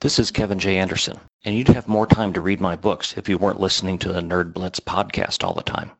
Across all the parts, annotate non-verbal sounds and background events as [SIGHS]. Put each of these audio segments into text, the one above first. This is Kevin J. Anderson, and you'd have more time to read my books if you weren't listening to the Nerd Blitz podcast all the time.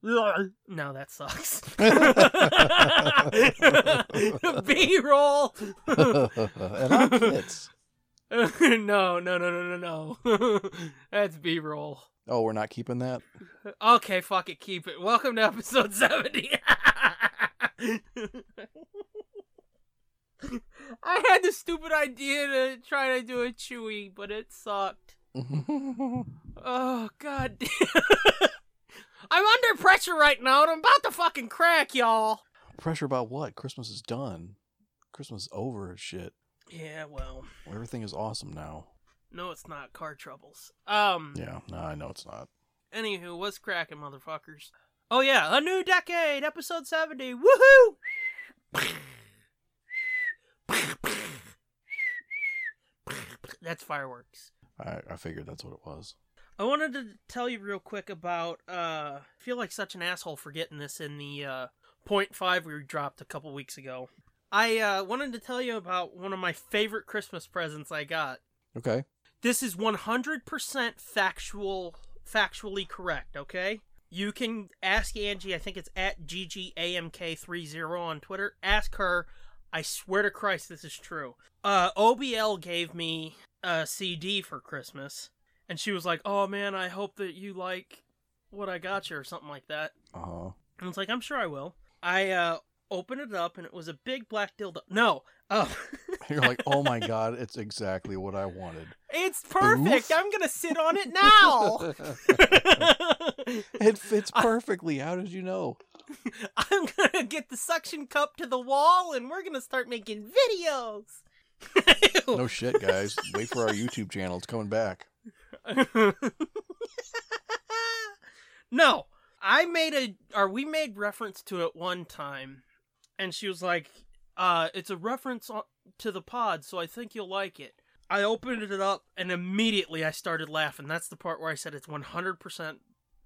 No, that sucks. B roll. [LAUGHS] and I'm Fitz. no, [LAUGHS] no, no, no, no, no. [LAUGHS] That's B roll. Oh, we're not keeping that. [LAUGHS] Okay, fuck it, keep it. Welcome to episode [LAUGHS] 70. I had the stupid idea to try to do a chewy, but it sucked. Oh, god damn. [LAUGHS] I'm under pressure right now and I'm about to fucking crack, y'all. Pressure about what? Christmas is done. Christmas is over. as Shit. Yeah, well, Everything is awesome now. no, it's not car troubles. Um, Yeah. No, I know it's not. anywho, what's cracking, motherfuckers? Oh, yeah, a new decade, episode 70. Woohoo! That's fireworks. I, I figured that's what it was. I wanted to tell you real quick about uh I feel like such an asshole for getting this in the uh point five we dropped a couple weeks ago. I uh wanted to tell you about one of my favorite Christmas presents I got. Okay. This is 100% factual factually correct, okay? You can ask Angie, I think it's at GGAMK30 on Twitter. Ask her. I swear to Christ this is true. Uh OBL gave me a CD for Christmas and she was like, "Oh man, I hope that you like what I got you or something like that." Uh huh. And I was like, "I'm sure I will." I uh opened it up and it was a big black dildo. No. Oh. [LAUGHS] You're like, oh my god, it's exactly what I wanted. [LAUGHS] It's perfect. Oof. I'm going to sit on it now. [LAUGHS] it fits perfectly. How did you know? [LAUGHS] I'm going to get the suction cup to the wall and we're going to start making videos. [LAUGHS] No shit, guys. Wait for our YouTube channel. It's coming back. [LAUGHS] no, I made a or we made reference to it one time, and she was like, "Uh, it's a reference on, to the pod, so I think you'll like it." I opened it up and immediately I started laughing. That's the part where I said it's 100%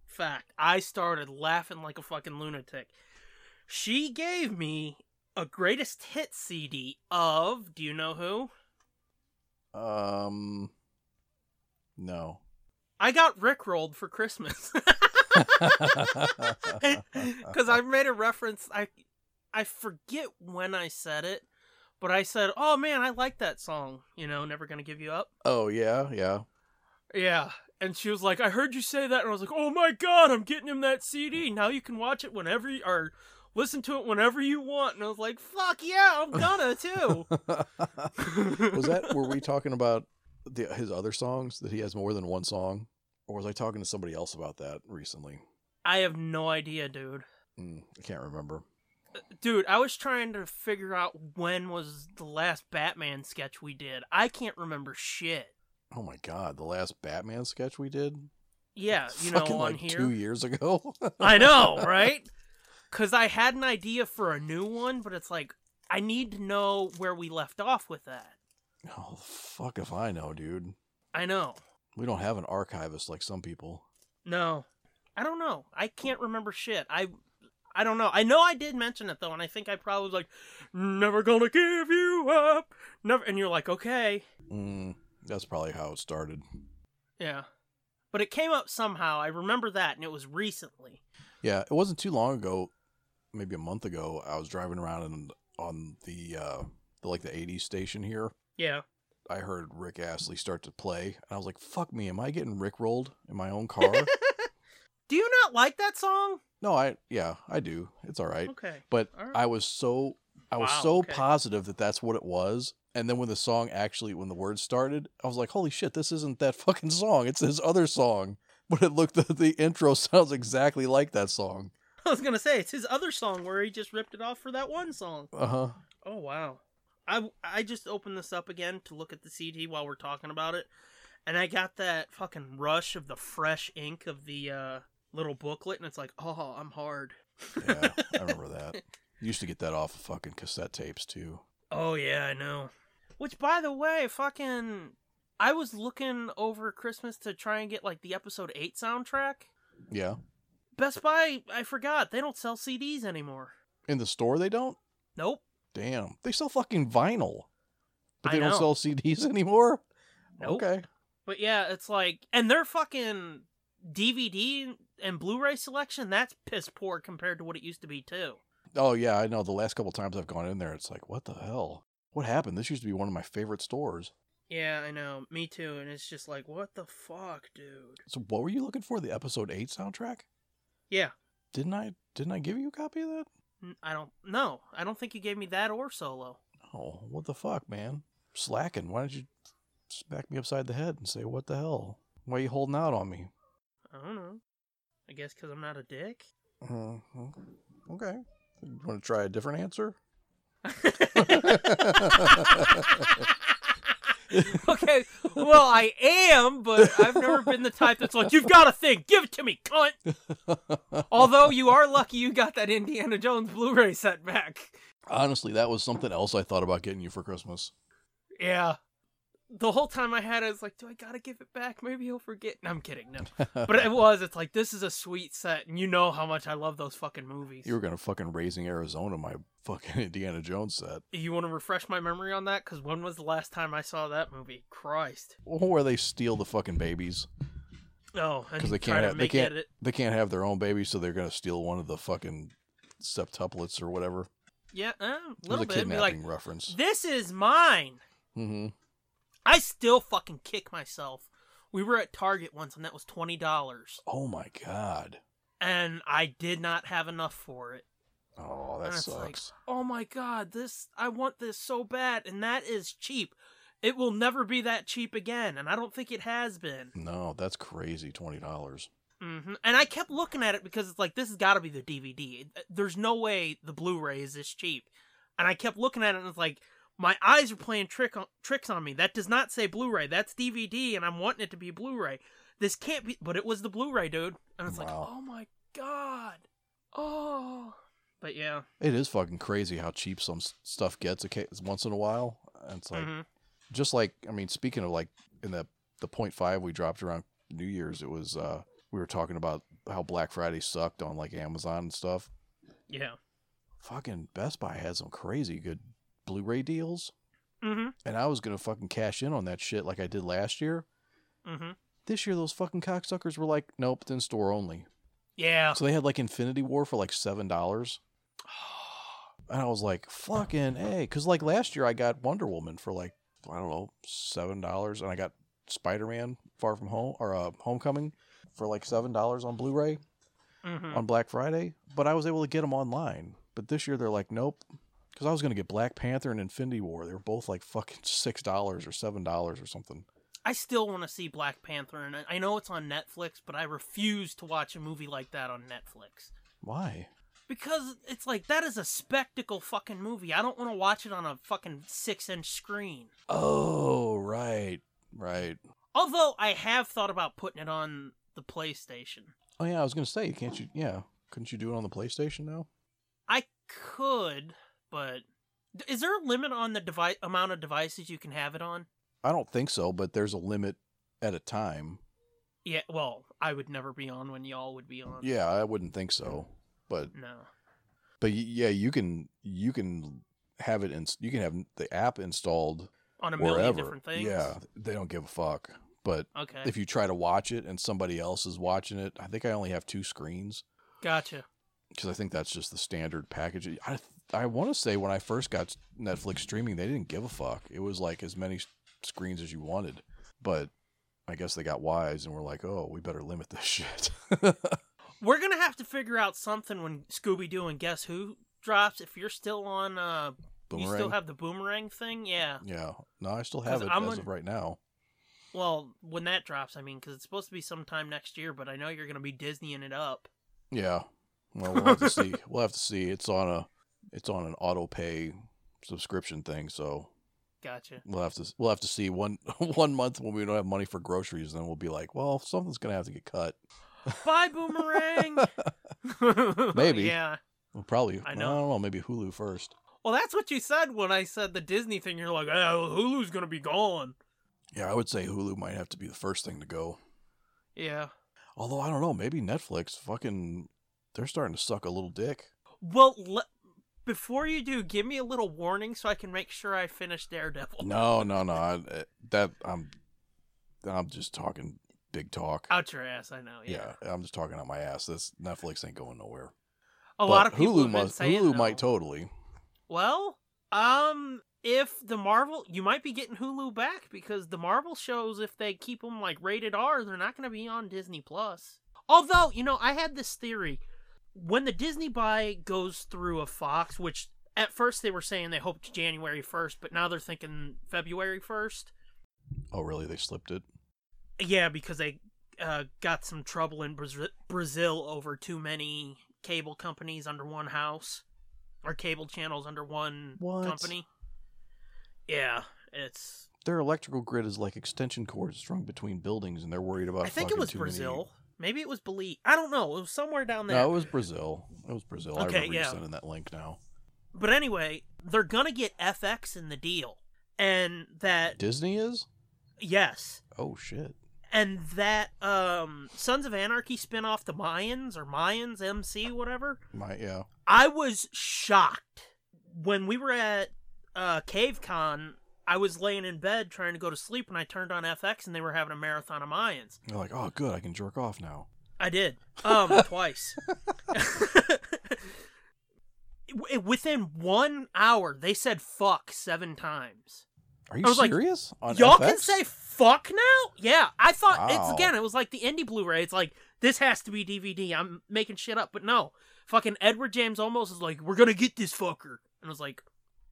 fact. I started laughing like a fucking lunatic. She gave me a greatest hit CD of, do you know who? Um. No. [LAUGHS] I got rickrolled for Christmas. [LAUGHS] because I made a reference. I I forget when I said it, but I said, "Oh man, I like that song." You know, "Never Gonna Give You Up." Oh yeah, yeah. Yeah, and she was like, "I heard you say that," and I was like, "Oh my god, I'm getting him that CD. Now you can watch it whenever you, or listen to it whenever you want." And I was like, "Fuck yeah, I'm [LAUGHS] gonna too." was that were we talking about the, his other songs that he has more than one song or was i talking to somebody else about that recently [LAUGHS] I have no idea, dude. mm, i can't remember Dude, I was trying to figure out when was the last Batman sketch we did. I can't remember shit. oh my god the last batman sketch we did [LAUGHS] Yeah, you know, Fucking, on like here. two years ago [LAUGHS] [LAUGHS] I know, right? Because I had an idea for a new one, but it's like, I need to know where we left off with that. oh fuck if i know dude I know. we don't have an archivist like some people No. I don't know. I can't remember shit. I. I don't know. I know I did mention it though, and I think I probably was like, "Never gonna give you up." Never, and you're like, "Okay, mm, that's probably how it started yeah," but it came up somehow. I remember that, and it was recently. Yeah, it wasn't too long ago, maybe a month ago. I was driving around and on the uh, the like the '80s station here. Yeah, I heard Rick Astley start to play, and I was like, "Fuck me, am I getting rickrolled in my own car?" [LAUGHS] Do you not like that song? no, I yeah, I do. It's all right, Okay. but all right. I was so I was Wow, so okay. positive that that's what it was. And then when the [LAUGHS] song actually, when the words started, I was like, "Holy shit, this isn't that fucking song! It's this other song." But it looked [LAUGHS] the intro sounds exactly like that song. [LAUGHS] I was gonna say it's his other song where he just ripped it off for that one song. Uh huh. Oh wow. I I just opened this up again to look at the CD while we're talking about it, and I got that fucking rush of the fresh ink of the uh, little booklet, and it's like, oh, I'm hard. Yeah, I [LAUGHS] remember that. Used to get that off of fucking cassette tapes too. Oh yeah, I know. Which, by the way, fucking, I was looking over Christmas to try and get like the episode eight soundtrack. Yeah. Best Buy, I forgot they don't sell CDs anymore. In the store they don't? Nope. Damn. They sell fucking vinyl. But they I don't know. sell CDs anymore? Nope. Okay. But yeah, it's like, and their fucking DVD and Blu-ray selection that's piss poor compared to what it used to be too. Oh yeah, I know. The last couple times I've gone in there, it's like, what the hell? What happened? This used to be one of my favorite stores. Yeah, I know, me too. And it's just like, what the fuck, dude? So what were you looking for? The episode eight soundtrack? Yeah, Didn't I didn't I give you a copy of that? n- I don't. No, I don't think you gave me that or solo. Oh, what the fuck, man? Slacking. Why don't you smack me upside the head and say, what the hell? Why you holding out on me? I don't know. I guess because I'm not a dick. [LAUGHS] Uh, okay. You want to try a different answer? [LAUGHS] okay, [LAUGHS] well, I am, but I've never been the type that's like, you've got a thing, give it to me, cunt. Although you are lucky you got that Indiana Jones Blu ray set back. Honestly, that was something else I thought about getting you for Christmas. [LAUGHS] Yeah. The whole time I had it, I was like, do I gotta give it back? Maybe he'll forget. No, I'm kidding, [LAUGHS] no. But it was, it's like, this is a sweet set, and you know how much I love those fucking movies. You were gonna fucking raising Arizona, my fucking [LAUGHS] Indiana Jones set. You want to refresh my memory on that? Because when was the last time I saw that movie? Christ. Where they steal the fucking babies Oh, because they can't have, they can't they can't have their own babies, so they're gonna steal one of the fucking septuplets or whatever. Yeah, uh, a It was little a bit. Be like, kidnapping reference. this is mine. hmm I still fucking kick myself. We were at Target once, and that was twenty dollars, Oh my god. and I did not have enough for it. Oh, that And it's like, sucks. oh my god, this I want this so bad, and that is cheap. It will never be that cheap again, and I don't think it has been. No, that's crazy. Twenty dollars. hmm And I kept looking at it because it's like this has got to be the DVD. There's no way the Blu-ray is this cheap. And I kept looking at it and it's like my eyes are playing trick on, tricks on me. That does not say Blu-ray. That's DVD, and I'm wanting it to be Blu-ray. This can't be. But it was the Blu-ray, dude. And it's like, Wow. oh my god, oh. But yeah, It is fucking crazy how cheap some s- stuff gets oca- once in a while. And It's like Mhm. just like I mean, speaking of like in the the point five we dropped around New Year's, it was uh we were talking about how Black Friday sucked on like Amazon and stuff. yeah. Fucking Best Buy had some crazy good Blu-ray deals, Mm-hmm. and I was gonna fucking cash in on that shit like I did last year. Mm-hmm. This year, those fucking cocksuckers were like, nope, it's in store only. Yeah. So they had like Infinity War for like seven dollars. And I was like, fucking hey, because like last year I got Wonder Woman for like I don't know seven dollars, and I got Spider Man Far From Home or uh, Homecoming for like seven dollars on Blu-ray Mm-hmm. on Black Friday. But I was able to get them online. But this year they're like, nope, because I was gonna get Black Panther and Infinity War. They were both like fucking six dollars or seven dollars or something. I still want to see Black Panther, and I- I know it's on Netflix, but I refuse to watch a movie like that on Netflix. Why? Because it's like that is a spectacle fucking movie. I don't want to watch it on a fucking six inch screen. Oh, right, right. Although I have thought about putting it on the PlayStation. Oh yeah, I was gonna say, can't you? Yeah, couldn't you do it on the PlayStation now? I could, but d- is there a limit on the device amount of devices you can have it on? I don't think so, but there's a limit at a time. Yeah, well, I would never be on when y'all would be on. Yeah, I wouldn't think so, but No. but y- yeah, you can you can have it in you can have the app installed On a million wherever. different things. Yeah, they don't give a fuck. But Okay. if you try to watch it and somebody else is watching it, I think I only have two screens gotcha. because I think that's just the standard package. I I want to say when I first got Netflix streaming, they didn't give a fuck. It was like as many s- screens as you wanted, but I guess they got wise and were like, oh, we better limit this [LAUGHS] shit. We're gonna have to figure out something when Scooby Doo and Guess Who drops. If you're still on, uh, you Boomerang. still have the boomerang thing. Yeah, yeah, no, I still 'Cause have it I'm as on- of right now. Well, when that drops, I mean, because it's supposed to be sometime next year, but I know you're going to be Disneying it up. Yeah. Well, we'll have [LAUGHS] to see. We'll have to see. It's on a it's on an auto pay subscription thing, so [LAUGHS] Gotcha. we'll have to we'll have to see one [LAUGHS] one month when we don't have money for groceries, and then we'll be like, well, something's gonna have to get cut. Bye, [LAUGHS] Boomerang! [LAUGHS] Maybe. yeah. We'll probably I I, know. don't know maybe Hulu first. Well, that's what you said when I said the Disney thing. You're like, oh, Hulu's going to be gone. Yeah, I would say Hulu might have to be the first thing to go. Yeah. Although I don't know, maybe Netflix fucking they're starting to suck a little dick. Well, le- before you do, give me a little warning so I can make sure I finish Daredevil. No, no, no. I, eh, that I'm I'm just talking big talk. Out your ass, I know. Yeah. yeah. I'm just talking out my ass. This Netflix ain't going nowhere. A But lot of people Hulu have been must saying, Hulu though, might totally. Well, um, if the Marvel, you might be getting Hulu back because the Marvel shows, if they keep them like rated R, they're not going to be on Disney Plus. Although, you know, I had this theory when the Disney buy goes through a Fox, which at first they were saying they hoped January first, but now they're thinking February first. Oh, really? They slipped it. Yeah, because they uh, got some trouble in Brazil, Brazil over too many cable companies under one house, or cable channels under one What? company. Yeah, it's. Their electrical grid is like extension cords strung between buildings, and they're worried about. I think it fucking was too many- Brazil. Maybe it was Belize. I don't know. It was somewhere down there. No, it was Brazil. It was Brazil. I Okay, remember yeah. you sending that link now. But anyway, they're gonna get FX in the deal, and that Disney is. yes, Oh shit. and that um Sons of Anarchy spin off the Mayans or Mayans MC whatever. My yeah. I was shocked when we were at uh, CaveCon. I was laying in bed trying to go to sleep, and I turned on FX, and they were having a marathon of Mayans. They're like, oh, good. I can jerk off now. I did um twice. [LAUGHS] W- Within one hour, they said "fuck" seven times. Are you I was like, serious? On Y'all can FX? say "fuck" now? Yeah, I thought it's Wow. again. It was like the indie Blu-ray. It's like this has to be DVD. I'm making shit up, but no, fucking Edward James almost is like, "We're gonna get this fucker," and I was like,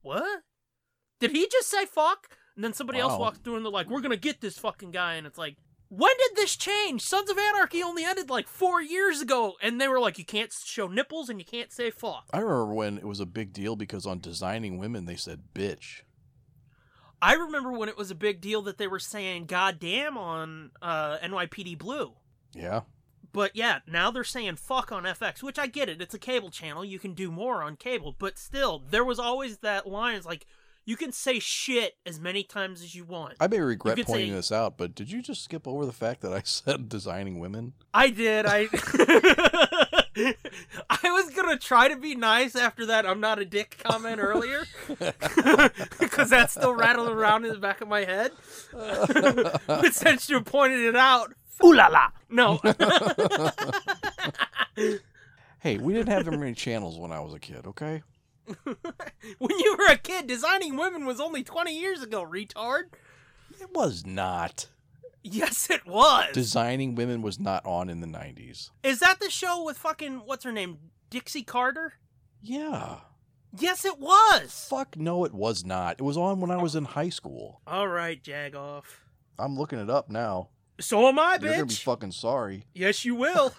"What? Did he just say fuck?" And then somebody else Wow. walks through and they're like, "We're gonna get this fucking guy," and it's like. When did this change? Sons of Anarchy only ended like four years ago, and they were like, you can't show nipples and you can't say fuck. I remember when it was a big deal because on designing women they said bitch. I remember when it was a big deal that they were saying goddamn on uh, NYPD Blue. Yeah. But yeah, now they're saying fuck on FX, which I get it. It's a cable channel. You can do more on cable. But still, there was always that line. It's like, you can say shit as many times as you want. I, I may regret could pointing say- this out, but did you just skip over the fact that I [LAUGHS] said [LAUGHS] designing women? did. I. I was gonna try to be nice after that "I'm not a dick" comment [LAUGHS] earlier, because that's still rattling around in the back of my [LAUGHS] head. but since you pointed it out, ooh la la. No, [LAUGHS] hey, we didn't have that many channels when I was a kid, okay? when you were a kid, designing women was only 20 years ago, retard. It was not. Yes, it was. Designing women was not on in the 90s. Is that the show with fucking, what's her name? Dixie Carter? Yeah. Yes, it was. Fuck no, it was not. It was on when I was in high school. All right, Jagoff. I'm looking it up now. So am I, You're gonna be bitch. fucking sorry. yes, you [LAUGHS] will.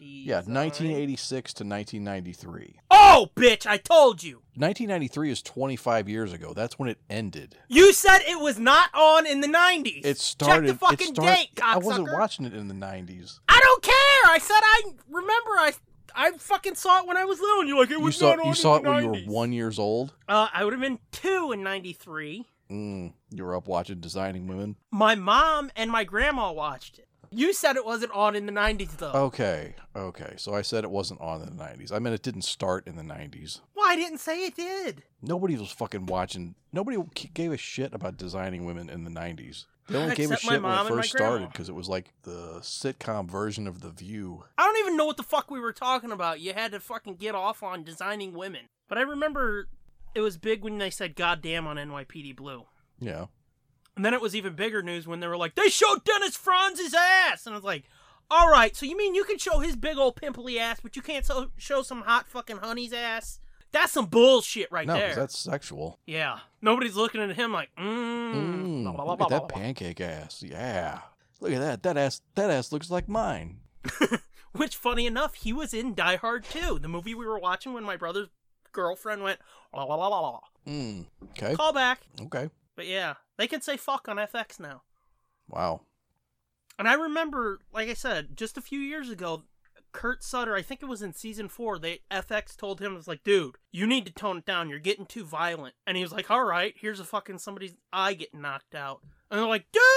Yeah, 1986 to 1993. Oh, bitch, I told you. 1993 is 25 years ago. That's when it ended. You said it was not on in the 90s. It started. Check the fucking it start- date, cocksucker. I wasn't watching it in the 90s. I don't care. I said I remember. I I fucking saw it when I was little. And you're like, it You was saw not on you in saw the it when you were 90s. one years old. Uh, I would have been two in '93. Mm, you were up watching Designing Women. My mom and my grandma watched it. You said it wasn't on in the '90s though. Oh. Okay, okay. So I said it wasn't on in the 90s. I meant it didn't start in the 90s. Well, I didn't say it did. Nobody was fucking watching. Nobody k- gave a shit about Designing Women in the 90s. They only gave a Except my shit when mom it and my first started grandma. because it was like the sitcom version of The View. I don't even know what the fuck we were talking about. You had to fucking get off on designing women. But I remember it was big when they said "goddamn" on NYPD Blue. Yeah. And then it was even bigger news when they were like, they showed Dennis Franz's ass! And I was like, all right, so you mean you can show his big old pimply ass, but you can't so- show some hot fucking honey's ass? That's some bullshit right no, 'cause there. that's sexual. Yeah. Nobody's looking at him like, mmm. Mm, blah, blah, look blah, at that blah, blah. pancake ass. Yeah. Look at that. That ass. That ass looks like mine. Which, funny enough, he was in Die Hard 2, the movie we were watching when my brother's girlfriend went, la la la la la. Mm. Okay. Call back. Okay. But yeah, they can say fuck on FX now. Wow. And I remember, like I said, just a few years ago, Kurt Sutter, I think it was in season four, they FX told him, was like, dude, you need to tone it down. You're getting too violent. And he was like, all right, here's a fucking somebody's eye getting knocked out. And they're like, dude!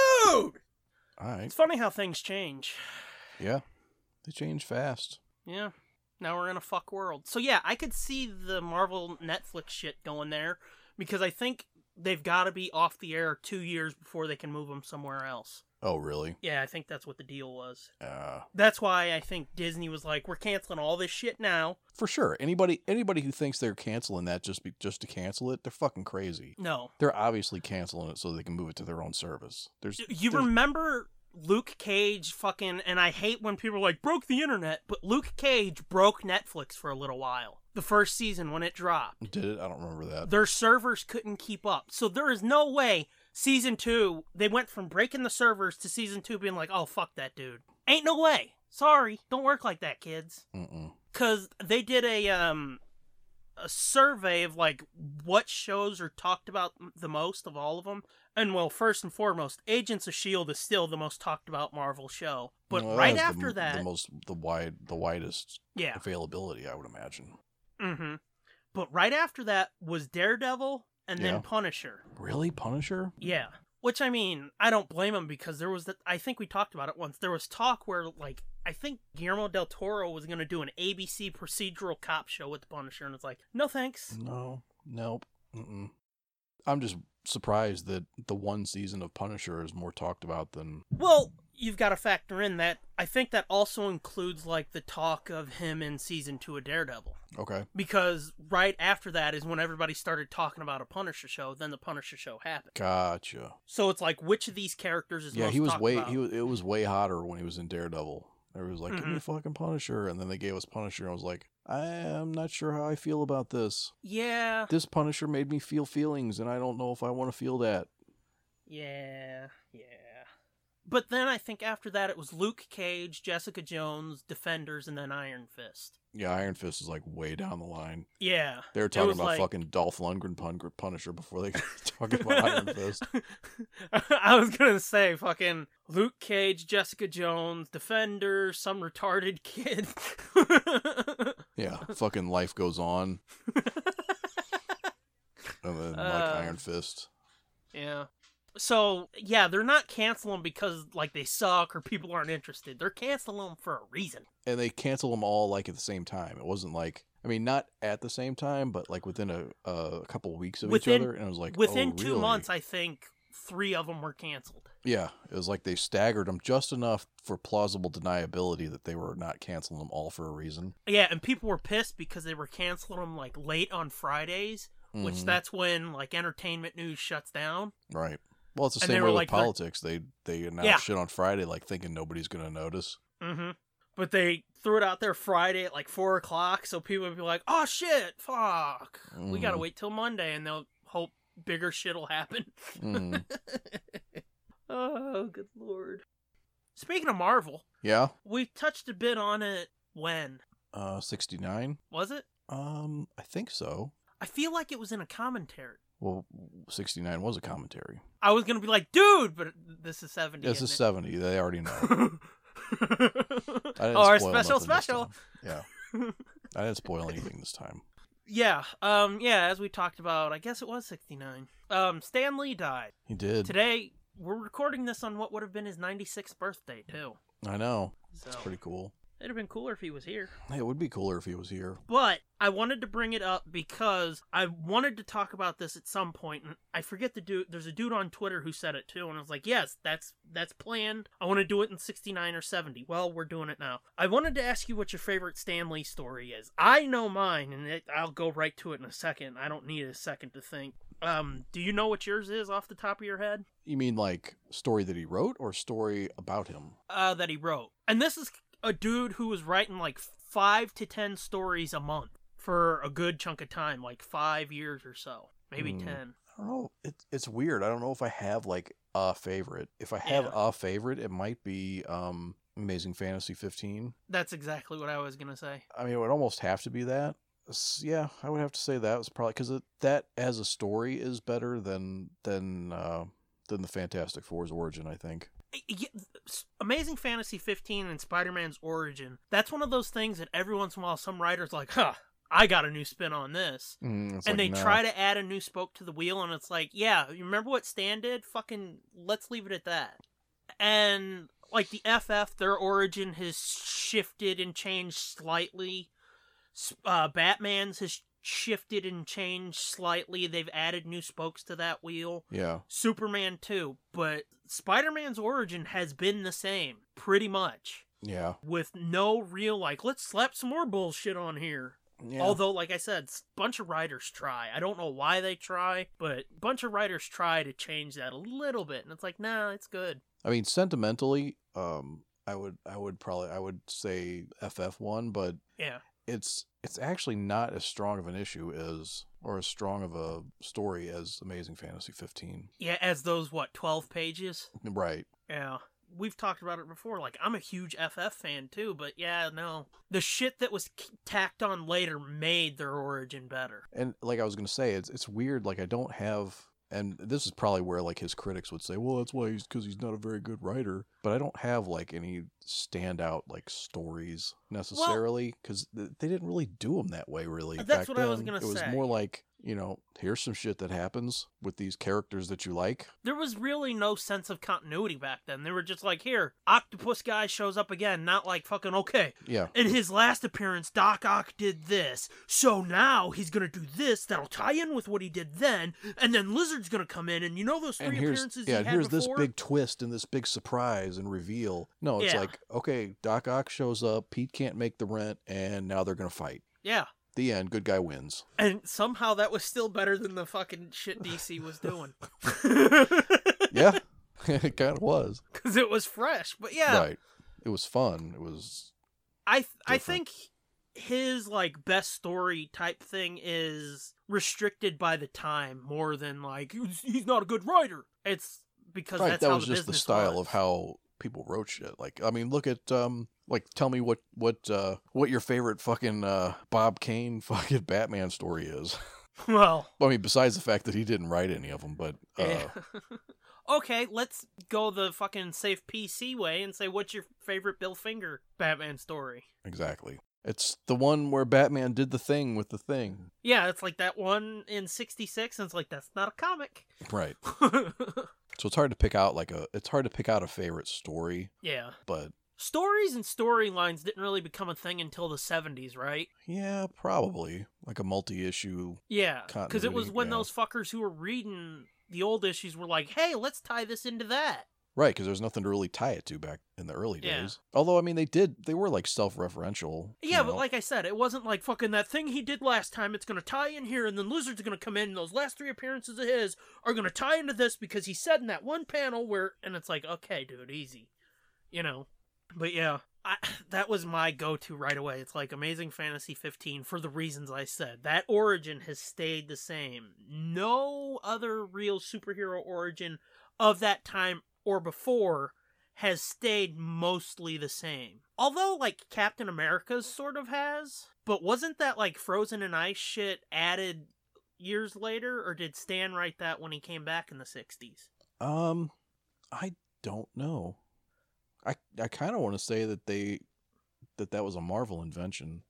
All right. It's funny how things change. Yeah. They change fast. Yeah. Now we're in a fuck world. So yeah, I could see the Marvel Netflix shit going there because I think they've got to be off the air two years before they can move them somewhere else. Oh, really? Yeah, I think that's what the deal was. Uh, That's why I think Disney was like, we're canceling all this shit now. for sure. Anybody anybody who thinks they're canceling that just be, just to cancel it, they're fucking crazy. No. They're obviously canceling it so they can move it to their own service. There's You there's- remember Luke Cage fucking, and I hate when people are like, broke the internet, but Luke Cage broke Netflix for a little while. The first season when it dropped. did it? I don't remember that. their servers couldn't keep up. So there is no way season two they went from breaking the servers to season two being like, oh fuck that dude. Ain't no way. Sorry, don't work like that, kids. Mm-mm. Cause they did a um a survey of like what shows are talked about m- the most of all of them. And well, first and foremost, Agents of Shield E is still the most talked about Marvel show. But Well, that right has the- after that, the most the wide the widest yeah, availability, I would imagine. mm-hmm. But right after that was Daredevil and Yeah. then Punisher. Really, Punisher? Yeah. Which I mean, I don't blame him because there was that I think we talked about it once. There was talk where like I think Guillermo del Toro was going to do an ABC procedural cop show with the Punisher and it's like, "No thanks." No, nope. Mm-mm. I'm just surprised that the one season of Punisher is more talked about than Well, you've got to factor in that I think that also includes like the talk of him in season 2 of Daredevil okay. because right after that is when everybody started talking about a Punisher show, then the Punisher show happened. Gotcha. So it's like which of these characters is Yeah, most he was talked way about? he was it was way hotter when he was in Daredevil. Everybody was like, "Give me Mhm. fucking Punisher," and then they gave us Punisher, and I was like, "I am not sure how I feel about this. Yeah. This Punisher made me feel feelings, and I don't know if I want to feel that." Yeah, yeah. But then I think after that it was Luke Cage, Jessica Jones, Defenders, and then Iron Fist. Yeah, Iron Fist is like way down the line. [LAUGHS] Yeah. They were talking was about like- fucking Dolph Lundgren pun- Punisher before they [LAUGHS] [LAUGHS] talking about Iron Fist. I was gonna say fucking Luke Cage, Jessica Jones, Defenders, some retarded kid. [LAUGHS] Yeah, fucking life [LAUGHS] goes on, and then Uh. like Iron Fist. yeah. So yeah, they're not canceling because like they suck or people aren't interested. They're canceling them for a reason. and they cancel them all like at the same time. It wasn't like I mean, not at the same time, but like within a a couple weeks of Within- each other. And it was like Within oh, two really? months, I think three of them were canceled. yeah, it was like they staggered them just enough for plausible deniability that they were not canceling them all for a reason. Yeah, and people were pissed because they were canceling them like late on Fridays, which Mhm. that's when like entertainment news shuts down. right. Well, it's the and they same were way with like, they're- politics. They they announce Yeah. shit on Friday, like thinking nobody's gonna notice. Mm-hmm. But they threw it out there Friday at like four o'clock, so people would be like, "Oh shit, fuck, we gotta Mhm. wait till Monday," and they'll hope bigger shit'll happen. [LAUGHS] Mm. oh, good lord! Speaking of Marvel, yeah, we touched a bit on it. When uh, sixty nine. was it? Um, I think so. I feel like it was in a commentary. Well, sixty nine was a commentary. I was gonna be like, "Dude," but this is seventy. This is isn't it? seventy. They already know. I didn't or spoil Oh, special nothing this special time. Yeah. I didn't spoil anything this time. yeah um yeah as we talked about i guess it was 69 um stan lee died He did. today we're recording this on what would have been his 96th birthday too I know. so It's pretty cool. it'd have been cooler if he was here It would be cooler if he was here. but i wanted to bring it up because i wanted to talk about this at some point and i forget the dude there's a dude on twitter who said it too and i was like yes that's that's planned i want to do it in 69 or 70 well we're doing it now i wanted to ask you what your favorite stanley story is i know mine and it, i'll go right to it in a second i don't need a second to think um do you know what yours is off the top of your head You mean like story that he wrote or story about him? uh that he wrote and this is a dude who was writing like five to ten stories a month for a good chunk of time, like five years or so, maybe Hmm. ten. I don't know. It, it's weird. I don't know if I have like a favorite. If I have Yeah. a favorite, it might be um Amazing Fantasy 15. That's exactly what I was gonna say. I mean, it would almost have to be that. S- Yeah, I would have to say that was probably because that as a story is better than than uh, than the Fantastic Four's origin. I think. I- y- s- Amazing Fantasy 15 and Spider Man's origin. That's one of those things that every once in a while some writer's like, huh, I got a new spin on this. Mm, it's and like, they nah. try to add a new spoke to the wheel, and it's like, yeah, you remember what Stan did? Fucking, let's leave it at that. And, like, the FF, their origin has shifted and changed slightly. S- Uh, Batman's has shifted and changed slightly. They've added new spokes to that wheel. Yeah, Superman too, but Spider Man's origin has been the same, pretty much, yeah, with no real, like, let's slap some more bullshit on here. yeah. Although, like I said, s- bunch of writers try. I don't know why they try, but bunch of writers try to change that a little bit, and it's like, nah, it's good. I mean, sentimentally, um, I would I would probably I would say FF one, but Yeah. it's it's actually not as strong of an issue as or as strong of a story as Amazing Fantasy 15. Yeah, as those, what, 12 pages? Right. Yeah. We've talked about it before. Like, I'm a huge FF fan too, but yeah, no. The shit that was k- tacked on later made their origin better. And like I was going to say it's it's weird like I don't have and this is probably where like his critics would say, "Well, that's why he's cuz he's not a very good writer." But I don't have like any standout like stories necessarily cuz th- they didn't really do them that way really. Uh, That's what I was gonna It was say. more like, you know, here's some shit that happens with these characters that you like. there was really no sense of continuity back then. They were just like, here, Octopus Guy shows up again, not like fucking, okay, Yeah. in his last appearance, Doc Ock did this, so now he's gonna do this, that'll tie in with what he did then, and then Lizard's gonna come in, and you know those three and here's appearances yeah, he and had here's before? this big twist and this big surprise and reveal. No, it's Yeah. like okay, Doc Ock shows up, Pete can't make the rent, and now they're gonna fight. Yeah. The end. Good guy wins. And somehow that was still better than the fucking shit DC was [LAUGHS] doing. Yeah, [LAUGHS] it kind of was. Because it was fresh. But yeah, Right. It was fun. It was I th- I think different. his like best story type thing is restricted by the time more than like he's he's not a good writer. It's because right. that's That how was the just the business style was. of how people wrote shit. Like I mean, look at um, like tell me what what uh what your favorite fucking uh Bob Kane [LAUGHS] fucking Batman story is. [LAUGHS] [LAUGHS] well. I mean, besides the fact that he didn't write any of them, but uh, yeah. [LAUGHS] okay, let's go the fucking safe PC way and say what's your favorite Bill Finger Batman story. Exactly. It's the one where Batman did the thing with the thing. Yeah, it's like that one in '66, and it's like that's not a comic. [LAUGHS] Right. So it's hard to pick out like a it's hard to pick out a favorite story, yeah, but stories and storylines didn't really become a thing until the '70s, right? yeah, probably like a multi-issue. Yeah, because it was Continuity, when yeah. those fuckers who were reading the old issues were like, "Hey, let's tie this into that." Right, because there's nothing to really tie it to back in the early Yeah. days. Although I mean, they did they were like self-referential. you Yeah, but know? like I said, it wasn't like fucking that thing he did last time. It's gonna tie in here, and then Lizard's gonna come in. And those last three appearances of his are gonna tie into this because he said in that one panel where, and it's like, okay, dude, easy, you know. But yeah, I, [LAUGHS] that was my go-to right away. It's like Amazing Fantasy 15 for the reasons I said. That origin has stayed the same. No other real superhero origin of that time or before has stayed mostly the same. Although, like, Captain America's sort of has, but wasn't that, like, Frozen and Ice shit added years later, or did Stan write that when he came back in the 60s? um I don't know. I I kind of want to say that they that that was a Marvel invention.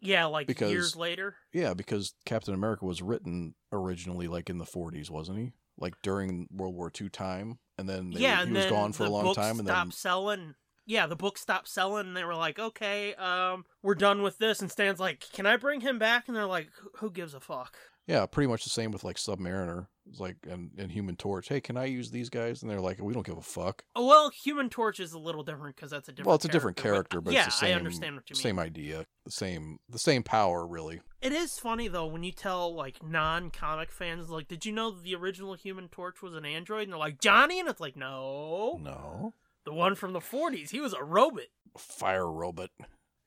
Yeah, like, Because- years later? Yeah, because Captain America was written originally like in the 40s, wasn't he? Like during World War II time, and then they, yeah, he and was then gone for a the long book time, and stopped then selling. Yeah, the book stopped selling, and they were like, "Okay, um, we're done with this." And Stan's like, "Can I bring him back?" And they're like, "Who- "Who gives a fuck?" yeah, pretty much the same with like Submariner, it's like and, and Human Torch. Hey, can I use these guys? And they're like, we don't give a fuck. Oh, well, Human Torch is a little different because that's a different. well, it's a different character, but, yeah, it's the same. I understand what you mean. Same idea, the same the same power, really. It is funny though when you tell like non-comic fans, like, did you know the original Human Torch was an android? And they're like, Johnny, and it's like, no, No, the one from [LAUGHS] the '40s, he was a robot. fire robot.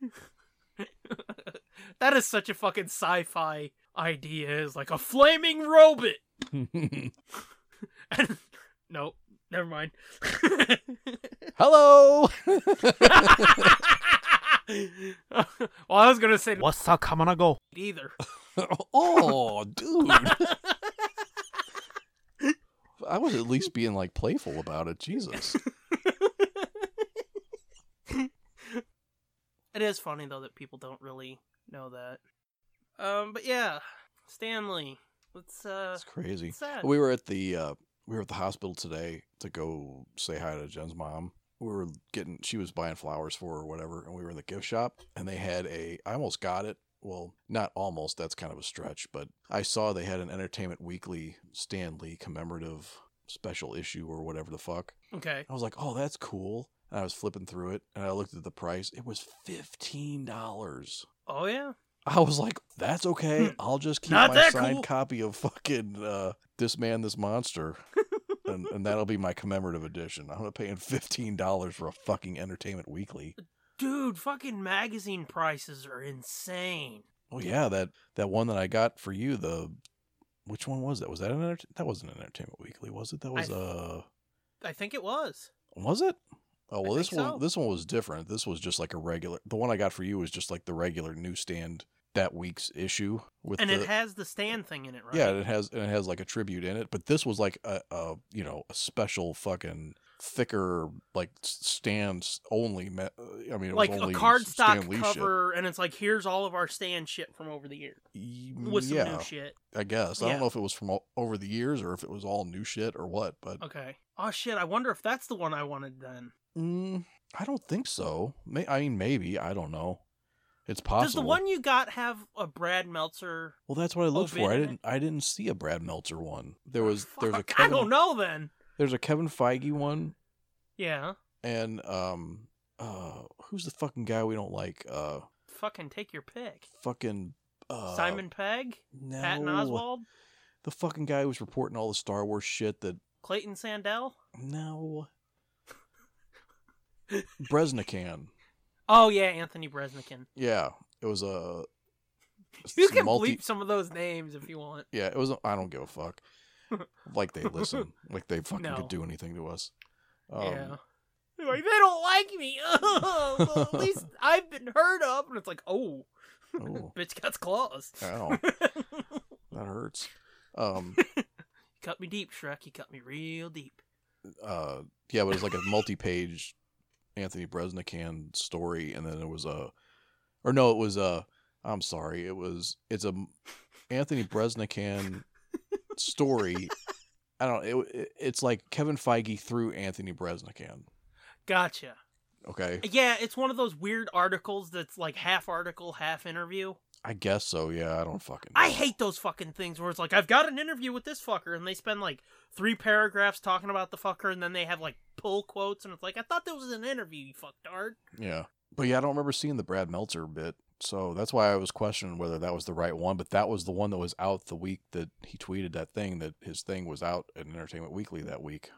[LAUGHS] That is such a fucking sci-fi idea. Is like a flaming robot. [LAUGHS] And no, never mind. [LAUGHS] Hello. well, I was gonna say What's [LAUGHS] up, Kamanago? [LAUGHS] either. [LAUGHS] [LAUGHS] oh, dude. I was at least being like playful about [LAUGHS] it. Jesus. [LAUGHS] It is funny though that people don't really know that. Um, but yeah, Stanley. Let's uh, It's crazy. sad. We were at the uh, we were at the hospital today to go say hi to Jen's mom. We were getting she was buying flowers for her or whatever, and we were in the gift shop and they had a I almost got it. Well, not almost, that's kind of a stretch, but I saw they had an Entertainment Weekly Stan Lee commemorative special issue or whatever the fuck. okay. I was like, oh that's cool. And I was flipping through it and I looked at the price. It was fifteen dollars. Oh yeah. I was like, that's okay. Hmm. I'll just keep Not my that signed cool." copy of fucking uh, This Man, This Monster. and, and that'll be my commemorative edition. I'm not paying $15 for a fucking Entertainment Weekly. Uh, Dude, fucking magazine prices are insane. Oh, yeah, that, that one that I got for you, the. Which one was that? Was that an enter- that wasn't an Entertainment Weekly, was it? That was I- uh I think it was. was it? Oh well, I this think one so. this one was different. This was just like a regular. The one I got for you was just like the regular newsstand that week's issue with And the, it has the stand thing in it, right? Yeah, and it has and it has like a tribute in it, but this was like a, a you know a special fucking thicker like s- stands only. Me- uh, I mean, it like was a only cardstock Stan Lee cover, and it's like, here's all of our stand shit from over the year Shit. with some mm, yeah, new shit. I guess I Yeah. don't know if it was from all, over the years or if it was all new shit or what, but Okay. Oh shit! I wonder if that's the one I wanted then. mm, I don't think so. May- I mean, maybe I don't know. It's Does the possible. one you got have a Brad Meltzer? well, that's what I looked open for. I in it? didn't. I didn't see a Brad Meltzer one. [LAUGHS] There was. There's a. Fuck, Kevin, I don't know then. There's a Kevin Feige one. Yeah. and um uh who's the fucking guy we don't like uh Fucking take your pick. fucking uh Simon Pegg, no, Patton Oswald, the fucking guy who was reporting all the star wars shit that Clayton Sandell. no [LAUGHS] Bresnikan. Oh yeah, Anthony Bresnikan. yeah it was a [LAUGHS] You it's can multi- bleep some of those names if you want. yeah it was I i don't give [LAUGHS] a fuck like they listen like they fucking No. could do anything to us um, yeah. They're Like, they don't like me. [LAUGHS] well, [LAUGHS] at least I've been heard of, and it's like, oh, oh, bitch got claws. ow, [LAUGHS] that hurts um cut me deep, Shrek. You cut me real deep. uh yeah, but it was like a multi-page Anthony Bresnikan story, and then it was a, or no, it was a. I'm sorry, it was it's a Anthony Bresnikan story. I don't. It, it it's like Kevin Feige through Anthony Bresnikan. Gotcha. Okay, Yeah, it's one of those weird articles that's like half article, half interview. I guess so. Yeah, I don't fucking. I hate those fucking things where it's like, I've got an interview with this fucker, and they spend like three paragraphs talking about the fucker, and then they have like pull quotes, and it's like, I thought this was an interview, you fucktard. Yeah, but yeah, I don't remember seeing the Brad Meltzer bit, so that's why I was questioning whether that was the right one. But that was the one that was out the week that he tweeted that thing that his thing was out at Entertainment Weekly that week.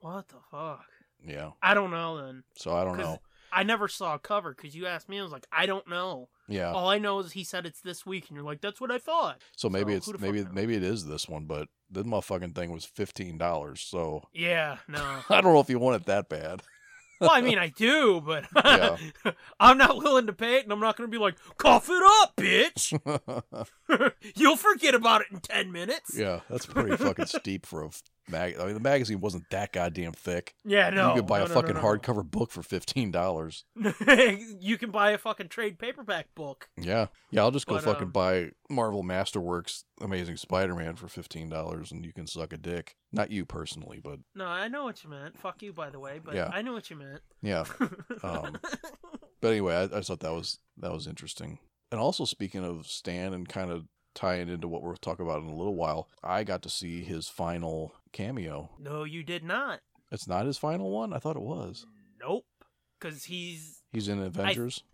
What the fuck? Yeah. I don't know then. So I don't 'Cause know. I never saw a cover because you asked me. I was like, I don't know. Yeah. All I know is he said it's this week, and you're like, that's what I thought. So maybe so it's who the fuck maybe knows? maybe it is this one, but this motherfucking thing was fifteen dollars. So [LAUGHS] Yeah, no. I don't know if you want it that bad. [LAUGHS] well, I mean, I do, but Yeah. [LAUGHS] I'm not willing to pay it, and I'm not going to be like, cough it up, [LAUGHS] bitch. [LAUGHS] You'll forget about it in 10 minutes. yeah, that's [LAUGHS] pretty fucking steep for a f- mag. I mean, the magazine wasn't that goddamn thick. Yeah, no. you could buy no, a no, no, fucking no, no. hardcover book for fifteen dollars. [LAUGHS] you can buy a fucking trade paperback book. Yeah, yeah. I'll just go But, fucking um, buy Marvel Masterworks Amazing Spider-Man for fifteen dollars, and you can suck a dick. Not you personally, but No, I know what you meant. Fuck you, by the way, but Yeah. I know what you meant. [LAUGHS] yeah. Um, But anyway, I, I just thought that was that was interesting. And also speaking of Stan and kind of tying into what we'll talk about in a little while, I got to see his final cameo. no, you did not. It's not his final one. I thought it was. Nope. Because he's He's in Avengers.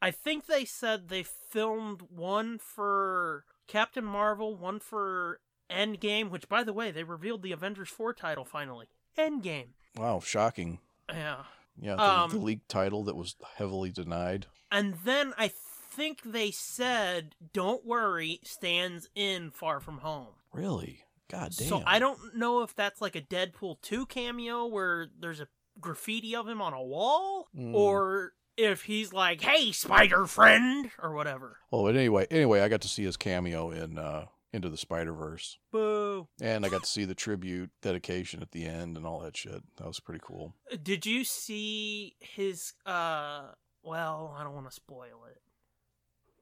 I think they said they filmed one for Captain Marvel, one for Endgame, which, by the way, they revealed the Avengers 4 title finally. Endgame. wow, shocking. Yeah. Yeah, the, Um, the leaked title that was heavily denied. And then I think they said "Don't worry" stands in Far From Home. Really? God Ah, damn. So I don't know if that's like a Deadpool 2 cameo where there's a graffiti of him on a wall Mm. or if he's like, "Hey, spider friend" or whatever. Well, but Oh, anyway, anyway, I got to see his cameo in uh, Into the Spider Verse, Boo. and I got to see the tribute dedication at the end and all that shit. That was pretty cool. Did you see his uh well, I don't want to spoil it.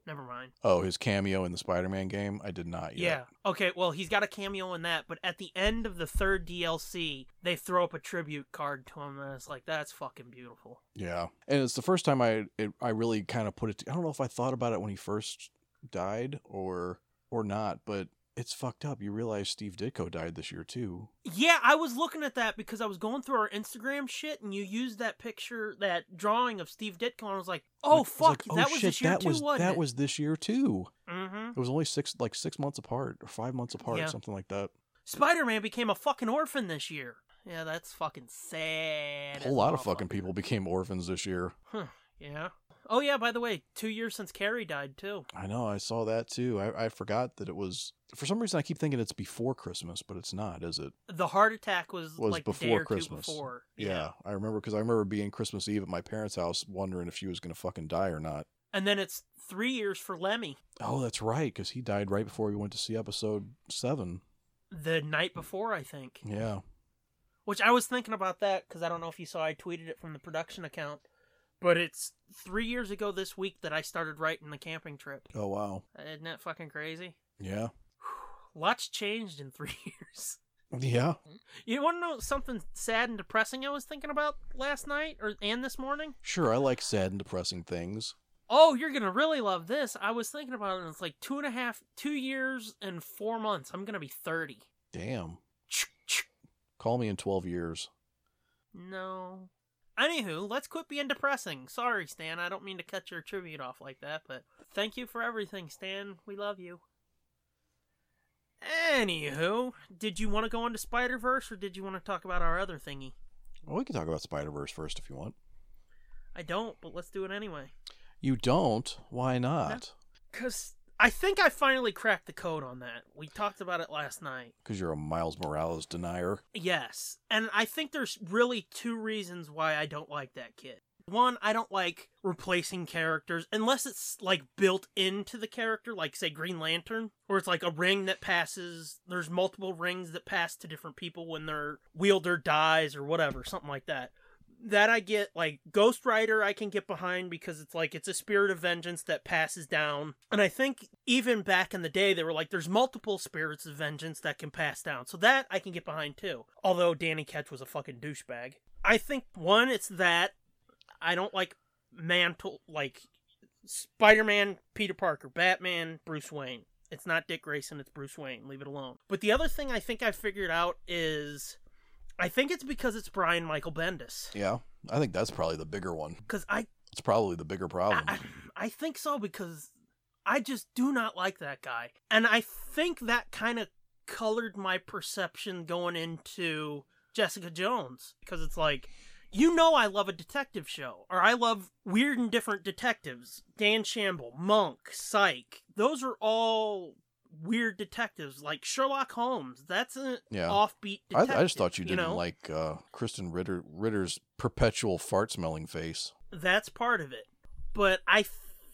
Never mind. Oh, his cameo in the Spider Man game? I did not Yeah. yet. Okay, well, he's got a cameo in that, but at the end of the third DLC, they throw up a tribute card to him, and it's like, that's fucking beautiful. Yeah, And it's the first time I it, I really kind of put it. I don't know if I thought about it when he first died or or not, but it's fucked up. You realize Steve Ditko died this year too. Yeah, I was looking at that because I was going through our Instagram shit, and you used that picture, that drawing of Steve Ditko, and I was like, oh, Like, I fuck, like, oh, that was shit, this year that too, was, wasn't that it? was this year too. Mm-hmm. It was only six like six months apart or five months apart, Yeah. something like that. Spider-Man became a fucking orphan this year. Yeah, that's fucking sad. A as whole lot of motherfucker. fucking people became orphans this year. Huh, yeah. Oh, yeah, by the way, two years since Carrie died, too. I know, I saw that too. I, I forgot that it was for some reason I keep thinking it's before Christmas, but it's not, is it? The heart attack was, Was like the day before or Christmas. two before. Yeah, I remember because I remember being Christmas Eve at my parents' house, wondering if she was gonna fucking die or not. And then it's three years for Lemmy. Oh, that's right, because he died right before we went to see episode seven. The night before, I think. Yeah, Which I was thinking about that because I don't know if you saw, I tweeted it from the production account. But it's three years ago this week that I started writing the camping trip. Oh wow. Isn't that fucking crazy? Yeah. Lots changed in [LAUGHS] three years. Yeah. You want to know something sad and depressing I was thinking about last night or and this morning? Sure, I like sad and depressing things. Oh, you're gonna really love this. I was thinking about it. and It's like two and a half, two years and four months. I'm gonna be thirty. Damn. Call me in twelve years. No. Anywho, let's quit being depressing. Sorry, Stan. I don't mean to cut your tribute off like that, but thank you for everything, Stan. We love you. Anywho, did you want to go into Spider Verse or did you want to talk about our other thingy? Well, we can talk about Spider Verse first if you want. I don't, but let's do it anyway. You don't? Why not? Because I think I finally cracked the code on that. We talked about it last night. Because you're a Miles Morales denier. Yes. And I think there's really two reasons why I don't like that kid. One, I don't like replacing characters unless it's like built into the character, like say Green Lantern, or it's like a ring that passes, there's multiple rings that pass to different people when their wielder dies or whatever, something like that. That I get like Ghost Rider, I can get behind because it's like it's a spirit of vengeance that passes down. And I think even back in the day, they were like, there's multiple spirits of vengeance that can pass down. So that I can get behind too. Although Danny Ketch was a fucking douchebag. I think one, it's that I don't like mantle, like Spider Man, Peter Parker, Batman, Bruce Wayne. It's not Dick Grayson, it's Bruce Wayne. Leave it alone. But the other thing I think I figured out is I think it's because it's Brian Michael Bendis. Yeah. I think that's probably the bigger one. Because I It's probably the bigger problem. I, I think so because I just do not like that guy. And I think that kind of colored my perception going into Jessica Jones because it's like you know I love a detective show or I love weird and different detectives. Dan Shamble, Monk, Psych. Those are all weird detectives like Sherlock Holmes. That's an Yeah. offbeat I, detective. I just thought you didn't know? like uh, Kristen Ritter Ritter's perpetual fart smelling face. That's part of it. But I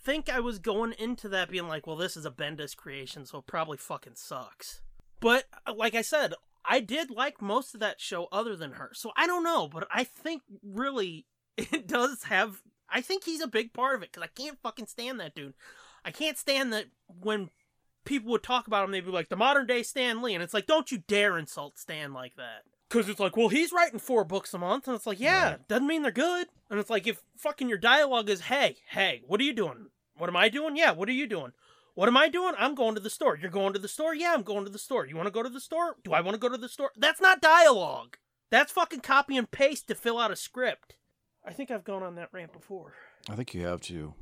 think I was going into that being like, well, this is a Bendis creation, so it probably fucking sucks. But uh, like I said, I did like most of that show other than her. So I don't know, but I think really [LAUGHS] it does have. I think he's a big part of it because I can't fucking stand that dude. I can't stand that when people would talk about him, they'd be like, the modern day Stan Lee. And it's like, don't you dare insult Stan like that. Because it's like, well, he's writing four books a month. And it's like, yeah, doesn't mean they're good. And it's like, if fucking your dialogue is, hey, hey, what are you doing? What am I doing? Yeah, what are you doing? What am I doing? I'm going to the store. You're going to the store? Yeah, I'm going to the store. You want to go to the store? Do I want to go to the store? That's not dialogue. That's fucking copy and paste to fill out a script. I think I've gone on that rant before. I think you have to.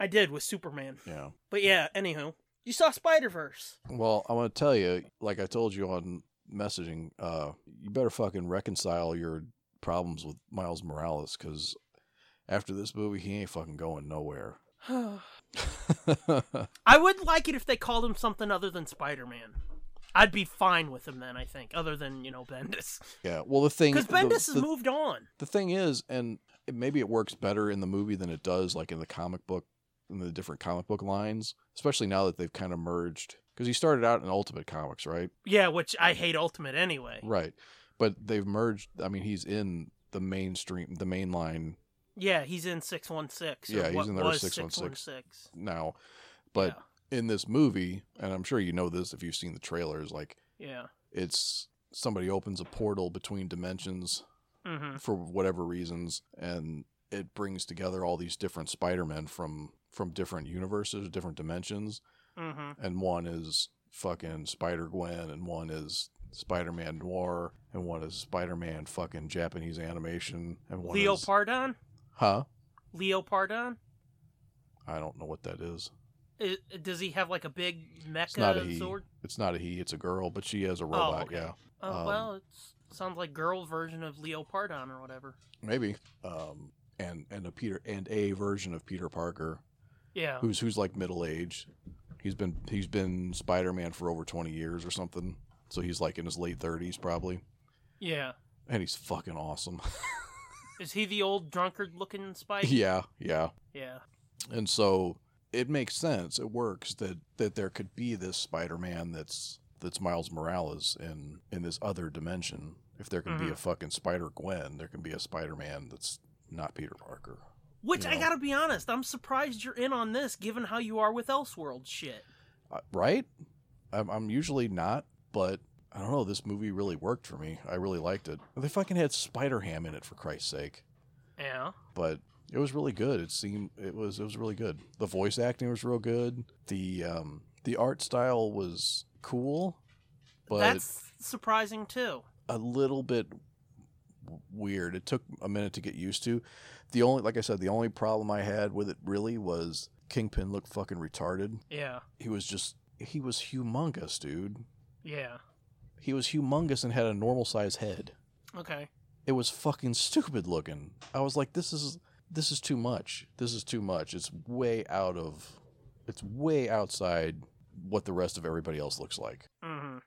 I did with Superman. Yeah. But yeah, anywho, you saw Spider Verse. Well, I want to tell you, like I told you on messaging, uh, you better fucking reconcile your [SIGHS] problems with Miles Morales because after this movie, he ain't fucking going nowhere. [LAUGHS] I would like it if they called him something other than Spider Man. I'd be fine with him then. I think, other than you know Bendis, yeah. Well, the thing because the- Bendis has the- moved on. the thing is, and it- maybe it works better in the movie than it does like in the comic book in the different comic book lines, especially now that they've kind of merged. Because he started out in Ultimate Comics, right? Yeah, which I hate Ultimate anyway. Right. But they've merged. I mean, he's in the mainstream, the main line Yeah, he's in six one six. Yeah, he's in there with was 616. 616. now. But in this movie, and I'm sure you know this if you've seen the trailers, like yeah, it's somebody opens a portal between dimensions yeah. hmm for whatever reasons and it brings together all these different spider-men from from different universes different dimensions hmm and one is fucking spider-gwen and one is spider-man noir and one is spider-man fucking japanese animation and one Leo is Pardon. huh Leo Pardon. i don't know what that is I does he have like a big it's not a mecha he sword? it's not a he it's a girl but she is a robot okay. yeah Oh Um, well, it sounds like girl version of Leo Pardon or whatever. maybe um and and a peter and a version of peter parker Yeah, who's who's like middle aged. He's been he's been Spider Man for over twenty years or something. So he's like in his late thirties probably, yeah. and he's fucking awesome. [LAUGHS] Is he the old drunkard looking Spike? yeah, yeah. Yeah. And so it makes sense. It works that that there could be this Spider Man that's that's Miles Morales in in this other dimension. If there can be a fucking Spider Gwen, there can be a Spider Man that's not Peter Parker. Which I Yeah. gotta be honest, I'm surprised you're in on this, given how you are with Elseworld shit. Uh, right? I'm, I'm usually not, but I don't know. This movie really worked for me. I really liked it. They fucking had Spider Ham in it for Christ's sake, Yeah. but it was really good. It seemed it was it was really good. The voice acting was real good. The um the art style was cool, but That's surprising too. a little bit w- weird. It took a minute to get used to. The only like I said, the only problem I had with it really was Kingpin looked fucking retarded. Yeah. He was just he was humongous, dude. Yeah. He was humongous and had a normal size head. Okay. It was fucking stupid looking. I was like, this is this is too much. This is too much. It's way out of it's way outside what the rest of everybody else looks like. Mm-hmm.